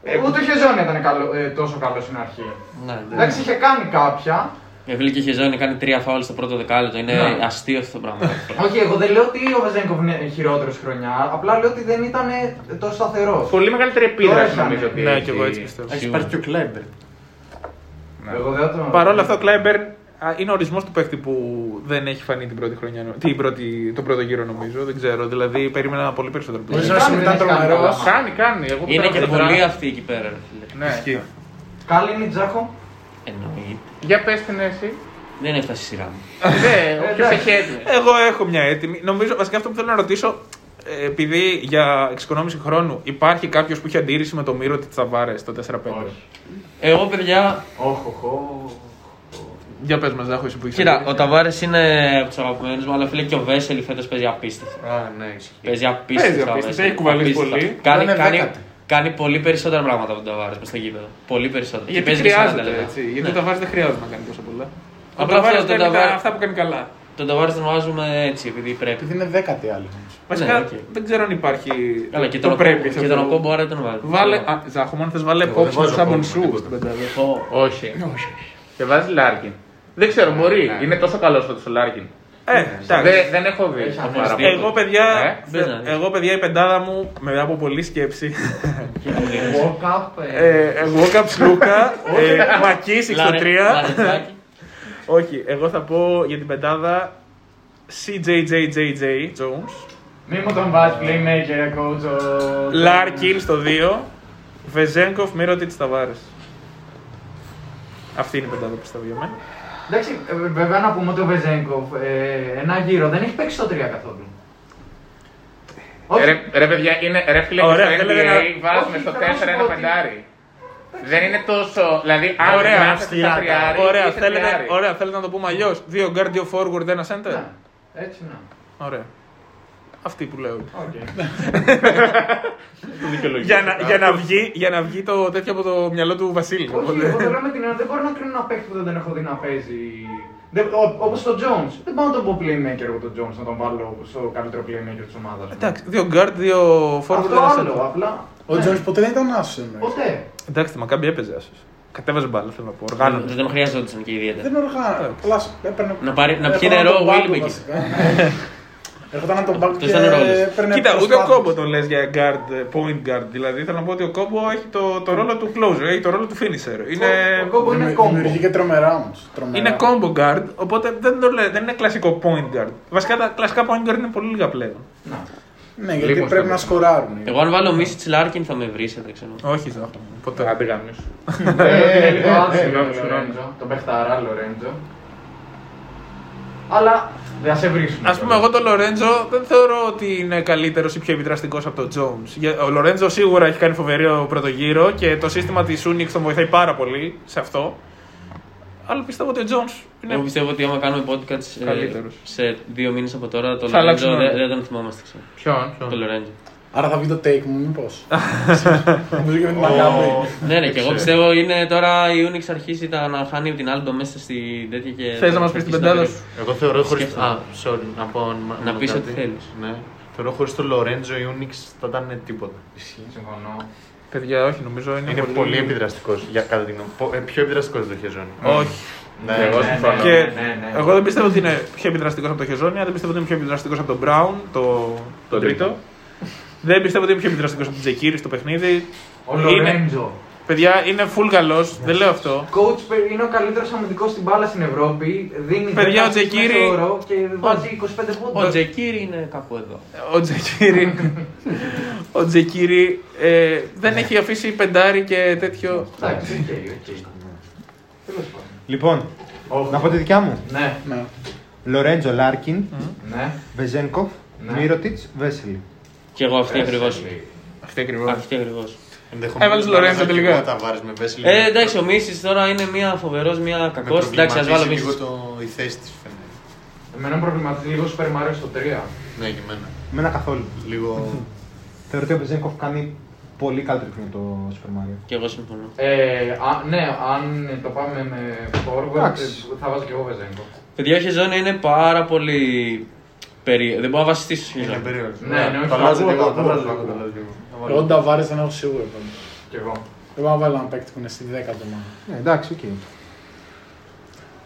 C: Ε,
E: Ούτε ο Χεζόν ήταν καλό, ε, τόσο καλό στην αρχή.
D: Ναι, ναι.
E: Εντάξει, είχε κάνει κάποια.
F: Ε, φίλε και Χεζόνι κάνει τρία φάουλ στο πρώτο δεκάλεπτο. Είναι
E: Ναι.
F: αστείο αυτό το πράγμα.
E: Όχι, εγώ δεν λέω ότι ο Βεζέγκοφ είναι χειρότερος χρονιά. Απλά λέω ότι δεν ήταν ε, τόσο σταθερός.
C: Πολύ μεγαλύτερη επίδραση
E: Τώρα
C: νομίζω
E: ήταν.
C: ότι.
B: Ναι,
C: έχει.
B: και εγώ έτσι πιστεύω.
D: Έχει
F: Σίγουρα.
D: πάρει και ο Κλάιμπερ.
E: Εγώ δεν το.
B: Παρ' όλα αυτά, ο Κλάιμπερν α, είναι ορισμός του παίχτη που δεν έχει φανεί την πρώτη χρονιά, νο- την πρώτη, τον πρώτο γύρο νομίζω. Δεν ξέρω. Δηλαδή, περίμενα πολύ περισσότερο. από
G: ο
B: τον
E: Ναι.
B: Κλάιμπερν.
E: δεν
G: Ζώσιμ ήταν
E: έχει κάνει
G: τρομερό.
E: καλά.
C: Κάνει, κάνει. Εγώ που
F: είναι
C: πέρα
F: και
C: από το
F: πολλοί
C: draft.
F: αυτοί εκεί πέρα, ρε φίλε.
B: Ναι.
E: Καλή είναι η Τζάκο.
F: Εννοείται.
C: Για πες την εσύ.
F: Δεν έφτασε η σειρά μου.
C: Ναι, όποιος
E: εντάξει.
C: έχει έτοιμη.
B: Εγώ έχω μια έτοιμη. Νομίζω βασικά αυτό που θέλω να ρωτήσω, ε, επειδή για εξοικονόμηση χρόνου υπάρχει κάποιος που έχει αντίρρηση με το μύρο της Τσαβάρες το 4-5.
F: Εγώ, παιδιά,
E: Όχοχο.
B: Για πες μας, Ζάχο, εσύ που έχει.
F: κοίτα, ο Ταβάρες είναι από τους αγαπημένους μου, αλλά φίλε και ο Βέσελη φέτος παίζει απίστευτα.
D: Α, ναι, ισχύει.
F: Παίζει απίστευτα.
B: Παίζει απίστευτα,
F: Βέσελη.
B: έχει κουβαλήσει
F: Απίστευτα.
B: πολύ.
F: Κάνει,
G: Ήταν
F: κάνει,
G: δέκατη.
F: κάνει πολύ περισσότερα πράγματα από τον Ταβάρε μες στο γήπεδο. Πολύ περισσότερα.
B: Γιατί
F: και 40
B: χρειάζεται
F: λεπτά. Ναι.
B: έτσι. Γιατί ο Ταβάρε δεν χρειάζεται να κάνει τόσα πολλά. Ο
F: Απλά
B: Ταβάρε
F: θέλω τον
B: κάνει τα-
F: Ταβάρε-
B: αυτά που κάνει καλά.
F: Τον Ταβάρε τον βάζουμε έτσι επειδή πρέπει.
G: Επειδή είναι δέκατη άλλη.
B: Βασικά
F: Ναι, οκ.
B: δεν ξέρω αν υπάρχει.
F: Αλλά
B: το-
F: και
B: το
F: τον
B: πρέπει,
F: Οκόμπο- και
B: θεωρώ.
F: τον Ναι. Οκόμπο, άρα τον Λοιπόν, βάλουμε.
B: Βάλε. α, Ζάχο, μόνο θες βάλε
D: δεν
B: επόψη
D: βάζω
B: σαν
D: Πόπ,
B: Μπονσού
D: τίποτα.
B: στην πεντάδα.
F: Ω,
C: Όχι. Και βάζει Λάρκιν. Δεν ξέρω, μπορεί. Είναι τόσο καλός φέτος ο Λάρκιν.
B: Ε,
D: Ναι,
B: εντάξει.
C: Δεν- δεν έχω δει.
B: Έχει
C: το
B: αγωνιστεί.
C: παράπονο.
B: Εγώ, παιδιά,
C: Ε,
B: θε- εγώ, παιδιά, η πεντάδα μου μετά από πολλή σκέψη.
E: Walk-up, ε.
B: Ε, Εγώ ε, καψ Λούκα,
E: Όχι.
B: Μακή 63.
E: Λαρετζάκι.
B: Όχι, εγώ θα πω για την πεντάδα CJJJJ Jones.
E: Μη μου τον βάζεις playmaker, ε, κότσο.
B: Λάρκιν στο 2. Βεζέγκοφ, Μύρωτιτ, Ταβάρε. Αυτή είναι η πεντάδα που πιστεύω για μένα.
E: Εντάξει, ε, βέβαια να πούμε ότι ο Βεζέγκοφ ε, ένα γύρο δεν έχει παίξει στο 3 καθόλου.
B: Ε,
E: ναι.
C: Ρε, ρε, παιδιά, είναι, ρε φίλε,
B: Ωραία,
C: και στο
B: θέλω να-
C: NBA βάζουμε
E: Όχι,
C: στο
E: θα
C: 4 ένα
E: σου πω ότι-
C: πεντάρι. Δεν είναι τόσο. Δηλαδή, αν
B: Ωραία,
C: γράφεις
B: αυστηρά
C: στα
B: τα-
C: τριάρι,
B: Ωραία,
C: είσαι
B: θέλετε,
C: τριάρι.
B: ωραία, θέλετε να το πούμε αλλιώς. Δύο guard, δύο forward, ένα center.
E: Ναι. Έτσι να.
B: Ωραία. Αυτή που λέω.
E: Οκ.
B: για, να, για, να βγει, για να βγει το τέτοιο από το μυαλό του Βασίλη.
E: Όχι,
B: οπότε.
E: εγώ το λέω με την έννοια, δεν μπορώ να κρίνω ένα παίκτη που δεν τον έχω δει να παίζει. Όπω τον Jones. Δεν μπορώ να τον πω playmaker εγώ τον Jones, να τον βάλω στο καλύτερο playmaker της ομάδας.
B: Εντάξει, δύο guard, δύο forward,
E: Αυτό
B: ένα
E: άλλο,
B: center.
E: απλά.
G: Ο
E: Ναι.
G: Τζόνι ποτέ δεν ήταν άσος ναι. εμένα.
E: Ποτέ.
B: Εντάξει, τη Μακάμπη έπαιζε άσος. Κατέβαζε μπάλα, θέλω να πω. Οργάνωσε.
F: Δεν τον χρειαζόντουσαν και ιδιαίτερα.
G: Δεν οργάνωσε. Απλά έπαιρνε.
F: Να πάρει- να πιει
G: Έρχονταν
F: νερό
G: από τον
F: ο
G: πάγκο,
F: Wilbekin.
G: βασικά. Έρχονταν από τον μπακ και
F: Τους ήταν ρόλος.
G: έπαιρνε
B: Κοίτα, ούτε ο
G: προσπάθειες.
B: Κόμπο τον λες για guard, ε, point guard. Δηλαδή, θέλω να πω ότι ο Κόμπο έχει το, το ρόλο του closer, έχει το ρόλο του finisher. Είναι,
E: Ο- ο Κόμπο είναι
G: Δημιου-
E: κόμπο.
G: Δημιουργεί και τρομερά όμως. Τρομερά.
B: είναι combo guard, οπότε δεν, το λέ- δεν είναι κλασικό point guard. Βασικά τα κλασικά point guard είναι πολύ λίγα πλέον.
G: Ναι, γιατί
C: Λοιπόν,
G: πρέπει
C: στο-
G: να σκοράρουν.
F: Εγώ αν βάλω Μίσιτ Λάρκιν θα με βρίσετε, ξέρω.
B: Όχι, Ζάχο. Ποτέ.
C: Άντε, γάμνους.
E: Είναι λίγο
C: συγγνώμη,
E: άσχημο
C: συγγνώμη.
E: Λορέντζο. Τον παιχταρά Λορέντζο. Αλλά δεν θα σε βρίσκουμε.
B: Ας πούμε, εγώ τον Λορέντζο δεν θεωρώ ότι είναι καλύτερος ή πιο επιδραστικός από τον Τζόουν. Ο Λορέντζο σίγουρα έχει κάνει φοβερό πρώτο γύρο και το σύστημα της Unix τον βοηθάει πάρα πολύ σε αυτό. Αλλά πιστεύω ότι ο Τζόουν
F: Εγώ
B: είναι.
F: πιστεύω ότι άμα κάνουμε podcast ε,
B: Ναι. Καλύτερος.
F: σε δύο μήνες από τώρα, τον
B: Θα αλλάξουν
F: Λορέντζο δεν
B: όλοι.
F: δεν τον θυμόμαστε. ξέρω.
C: Ποιον, ποιον.
F: Τον Λορέντζο.
G: Άρα θα βγει το take μου, μήπως. Νομίζω και με την Μακάβη.
F: Ναι, ναι, και εγώ πιστεύω είναι τώρα η Unix αρχίζει τα- να χάνει την Άλμπα μέσα στη τέτοια και.
B: Θες να μας πεις την πεντάδα σου.
D: Εγώ θεωρώ χωρίς.
F: Σκέφτομαι.
D: Α, sorry, να πω. μόνο
F: Να πεις
D: κάτι.
F: ό,τι θέλεις.
D: Ναι. Θεωρώ χωρίς τον Λορέντζο η Ούνιξ θα ήταν τίποτα.
E: Συμφωνώ.
B: Παιδιά, όχι, νομίζω είναι.
D: Είναι πολύ επιδραστικός, για κατά τη γνώμη μου. Πο- ε, Πιο επιδραστικός από το Χεζόνι.
B: Όχι.
D: Ναι,
E: εγώ
D: εγώ
E: συμφωνώ.
D: συμφωνώ.
B: Και
E: ναι, ναι.
B: εγώ δεν πιστεύω ότι είναι πιο επιδραστικός από τον Χεζόνια, δεν πιστεύω ότι είναι πιο επιδραστικός από τον Μπράουν, το, το τρίτο. δεν πιστεύω ότι είναι πιο επιδραστικό από τον Τζεκίρι στο παιχνίδι.
E: Ο
B: Είναι-
E: Λορέντζο.
B: Παιδιά, είναι full καλός, δεν λέω αυτό.
E: Coach παι- είναι ο καλύτερος αμυντικός στην μπάλα στην Ευρώπη. Δίνει
B: Παιδιά,
E: 10
B: ο Τζεκίρι-
E: μέσο όρο και βάζει 25 πόντους.
F: Ο Τζεκίρι είναι κάπου εδώ.
B: Ο Τζεκίρι. ο Τζεκίρι ε, δεν έχει αφήσει πεντάρι και τέτοιο.
E: Εντάξει, οκ, οκ. Τέλος πάντων.
H: Λοιπόν, να πω τη δικιά μου.
E: Ναι,
G: Ναι.
H: Λορέντζο Λάρκιν,
E: ναι.
H: Βεζένκοφ,
E: Ναι.
H: Μύρωτιτ, Βέσελη.
F: Και εγώ
E: Ε,
F: αυτή ακριβώς.
B: Αυτή ακριβώς.
F: Αυτή ακριβώς.
B: Έβαλες Λορέντζο τελικά.
D: Τα βάρε με Βέσλι.
F: Ε, εντάξει, ο Μίσης τώρα είναι μια φοβερός, μια κακό. Εντάξει, ας βάλω
D: λίγο
F: Μίσης.
D: το... η θέση της φαίνεται.
E: Εμένα με προβληματίζει λίγο Super Mario στο 3.
D: Ναι, και εμένα.
H: Μένα καθόλου.
D: Λίγο.
H: Θεωρώ ότι ο Βεζένκοφ κάνει πολύ καλύτερη χρονιά το Super Mario.
F: Και εγώ συμφωνώ.
E: Ε, α, ναι, αν το πάμε με forward,
H: Εντάξει.
E: ε, θα βάζω και εγώ Βεζέγκο.
F: Παιδιά, η Χεζόνια είναι πάρα πολύ περίεργη. Δεν μπορώ να βασιστήσω στη
D: Είναι
F: Χεζόνια.
D: περίεργο.
E: Ναι, ναι, όχι,
D: το
E: το
D: αλλάζω
E: ακούω,
D: λίγο.
E: το
D: Το
E: ακούω,
D: αλλάζω
E: το
D: λίγο.
E: ακούω.
D: το αλλάζω λίγο.
G: Εγώ τον Ταβάρες τον έχω σίγουρα. πάντως.
E: Κι εγώ.
G: Δεν μπορώ να βάλω έναν παίκτη που είναι στη 10η ομάδα.
H: Ναι, εντάξει, οκ.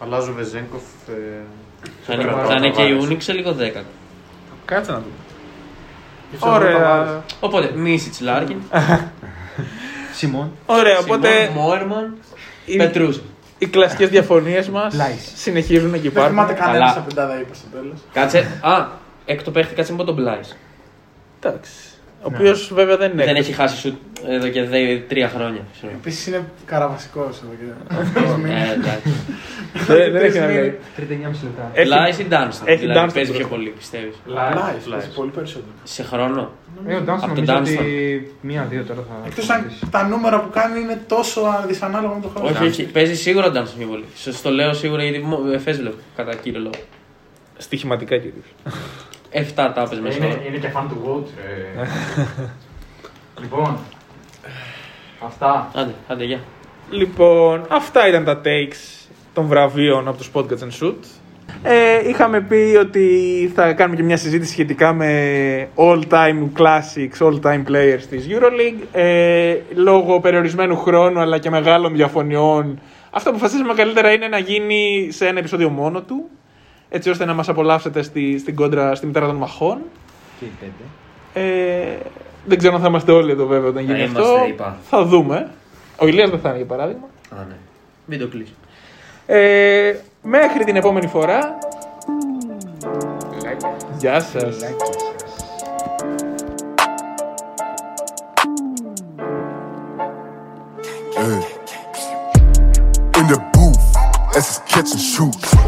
D: Αλλάζω Βεζέγκοφ. ε,
F: Θα είναι-
D: κρατάω
F: Θα είναι και η
D: Ταβάρες.
F: Unix σε λίγο δέκατο.
B: Κάτσε να δούμε.
D: Ξέρω, Ταβάρες.
B: Ωραία.
F: Οπότε, Μίσιτ Λάρκιν,
H: Σιμών,
B: Ωραία,
F: Σιμών
B: Ε, οπότε
F: Μόερμαν,
B: οι,
F: Πετρούζα.
B: οι κλασικές διαφωνίες μας
H: Λάις.
B: συνεχίζουν και
G: Δεν θυμάται
B: υπάρχουν.
G: κανένα
F: Καλά.
G: από πεντάδα είπε στο τέλος.
F: Κάτσε. Α, εκ το παίχτη, κάτσε με τον Μπλάις.
B: Εντάξει. Ο οποίος βέβαια δεν
F: Δεν
B: είναι.
F: έχει χάσει σου εδώ και δε, τρία χρόνια. ξέρω.
G: Επίσης είναι καραβασικός εδώ και...
F: Ε, εντάξει.
B: Δεν δεν έχει να
G: Τρεις
B: λέει.
G: μήνες.
H: 39,5 λεπτά.
B: Έχει-
F: Μπλάι ή Ντάνστον.
B: έχει
F: Δηλαδή
B: Dunstan
F: παίζει
B: πρώτα.
F: πιο πολύ, πιστεύεις.
E: Live.
G: Live, παίζει πολύ περισσότερο.
F: Σε χρόνο.
H: Ε, ο Ντάνσον
F: Από τον
H: νομίζω ότι μία-δύο τώρα θα.
G: Εκτός αν τα νούμερα που κάνει είναι τόσο α, δυσανάλογα με το χρόνο.
F: Όχι, όχι. Παίζει σίγουρα Ντάνστον πιο πολύ. Σας το λέω σίγουρα γιατί μου ε, φες βλέπω, κατά κύριο λόγο.
B: Στοιχηματικά κυρίως.
F: 7 τάπε μέσα.
E: Είναι,
F: στο-
E: είναι και fan του Watch, ρε. λοιπόν, αυτά.
F: Άντε, άντε, γεια.
B: Λοιπόν, αυτά ήταν τα takes των βραβείων από τους Podcast and Shoot. Ε, είχαμε πει ότι θα κάνουμε και μια συζήτηση σχετικά με all-time classics, all-time players της EuroLeague. Ε, λόγω περιορισμένου χρόνου αλλά και μεγάλων διαφωνιών, αυτό που αποφασίσαμε καλύτερα είναι να γίνει σε ένα επεισόδιο μόνο του. έτσι ώστε να μας απολαύσετε στη, στην κόντρα στη μητέρα των μαχών.
J: Τι πέντε.
B: Ε, δεν ξέρω αν θα είμαστε όλοι εδώ βέβαια όταν
F: Θα
B: γίνει αυτό.
F: είμαστε, είπα.
B: Θα δούμε. Ο Ηλίας δεν θα είναι για παράδειγμα.
F: Α, ναι. Μην το κλείσω.
B: Ε, μέχρι την επόμενη φορά. Γεια σας.
A: Ayy. In the booth, as it's catch and shoot.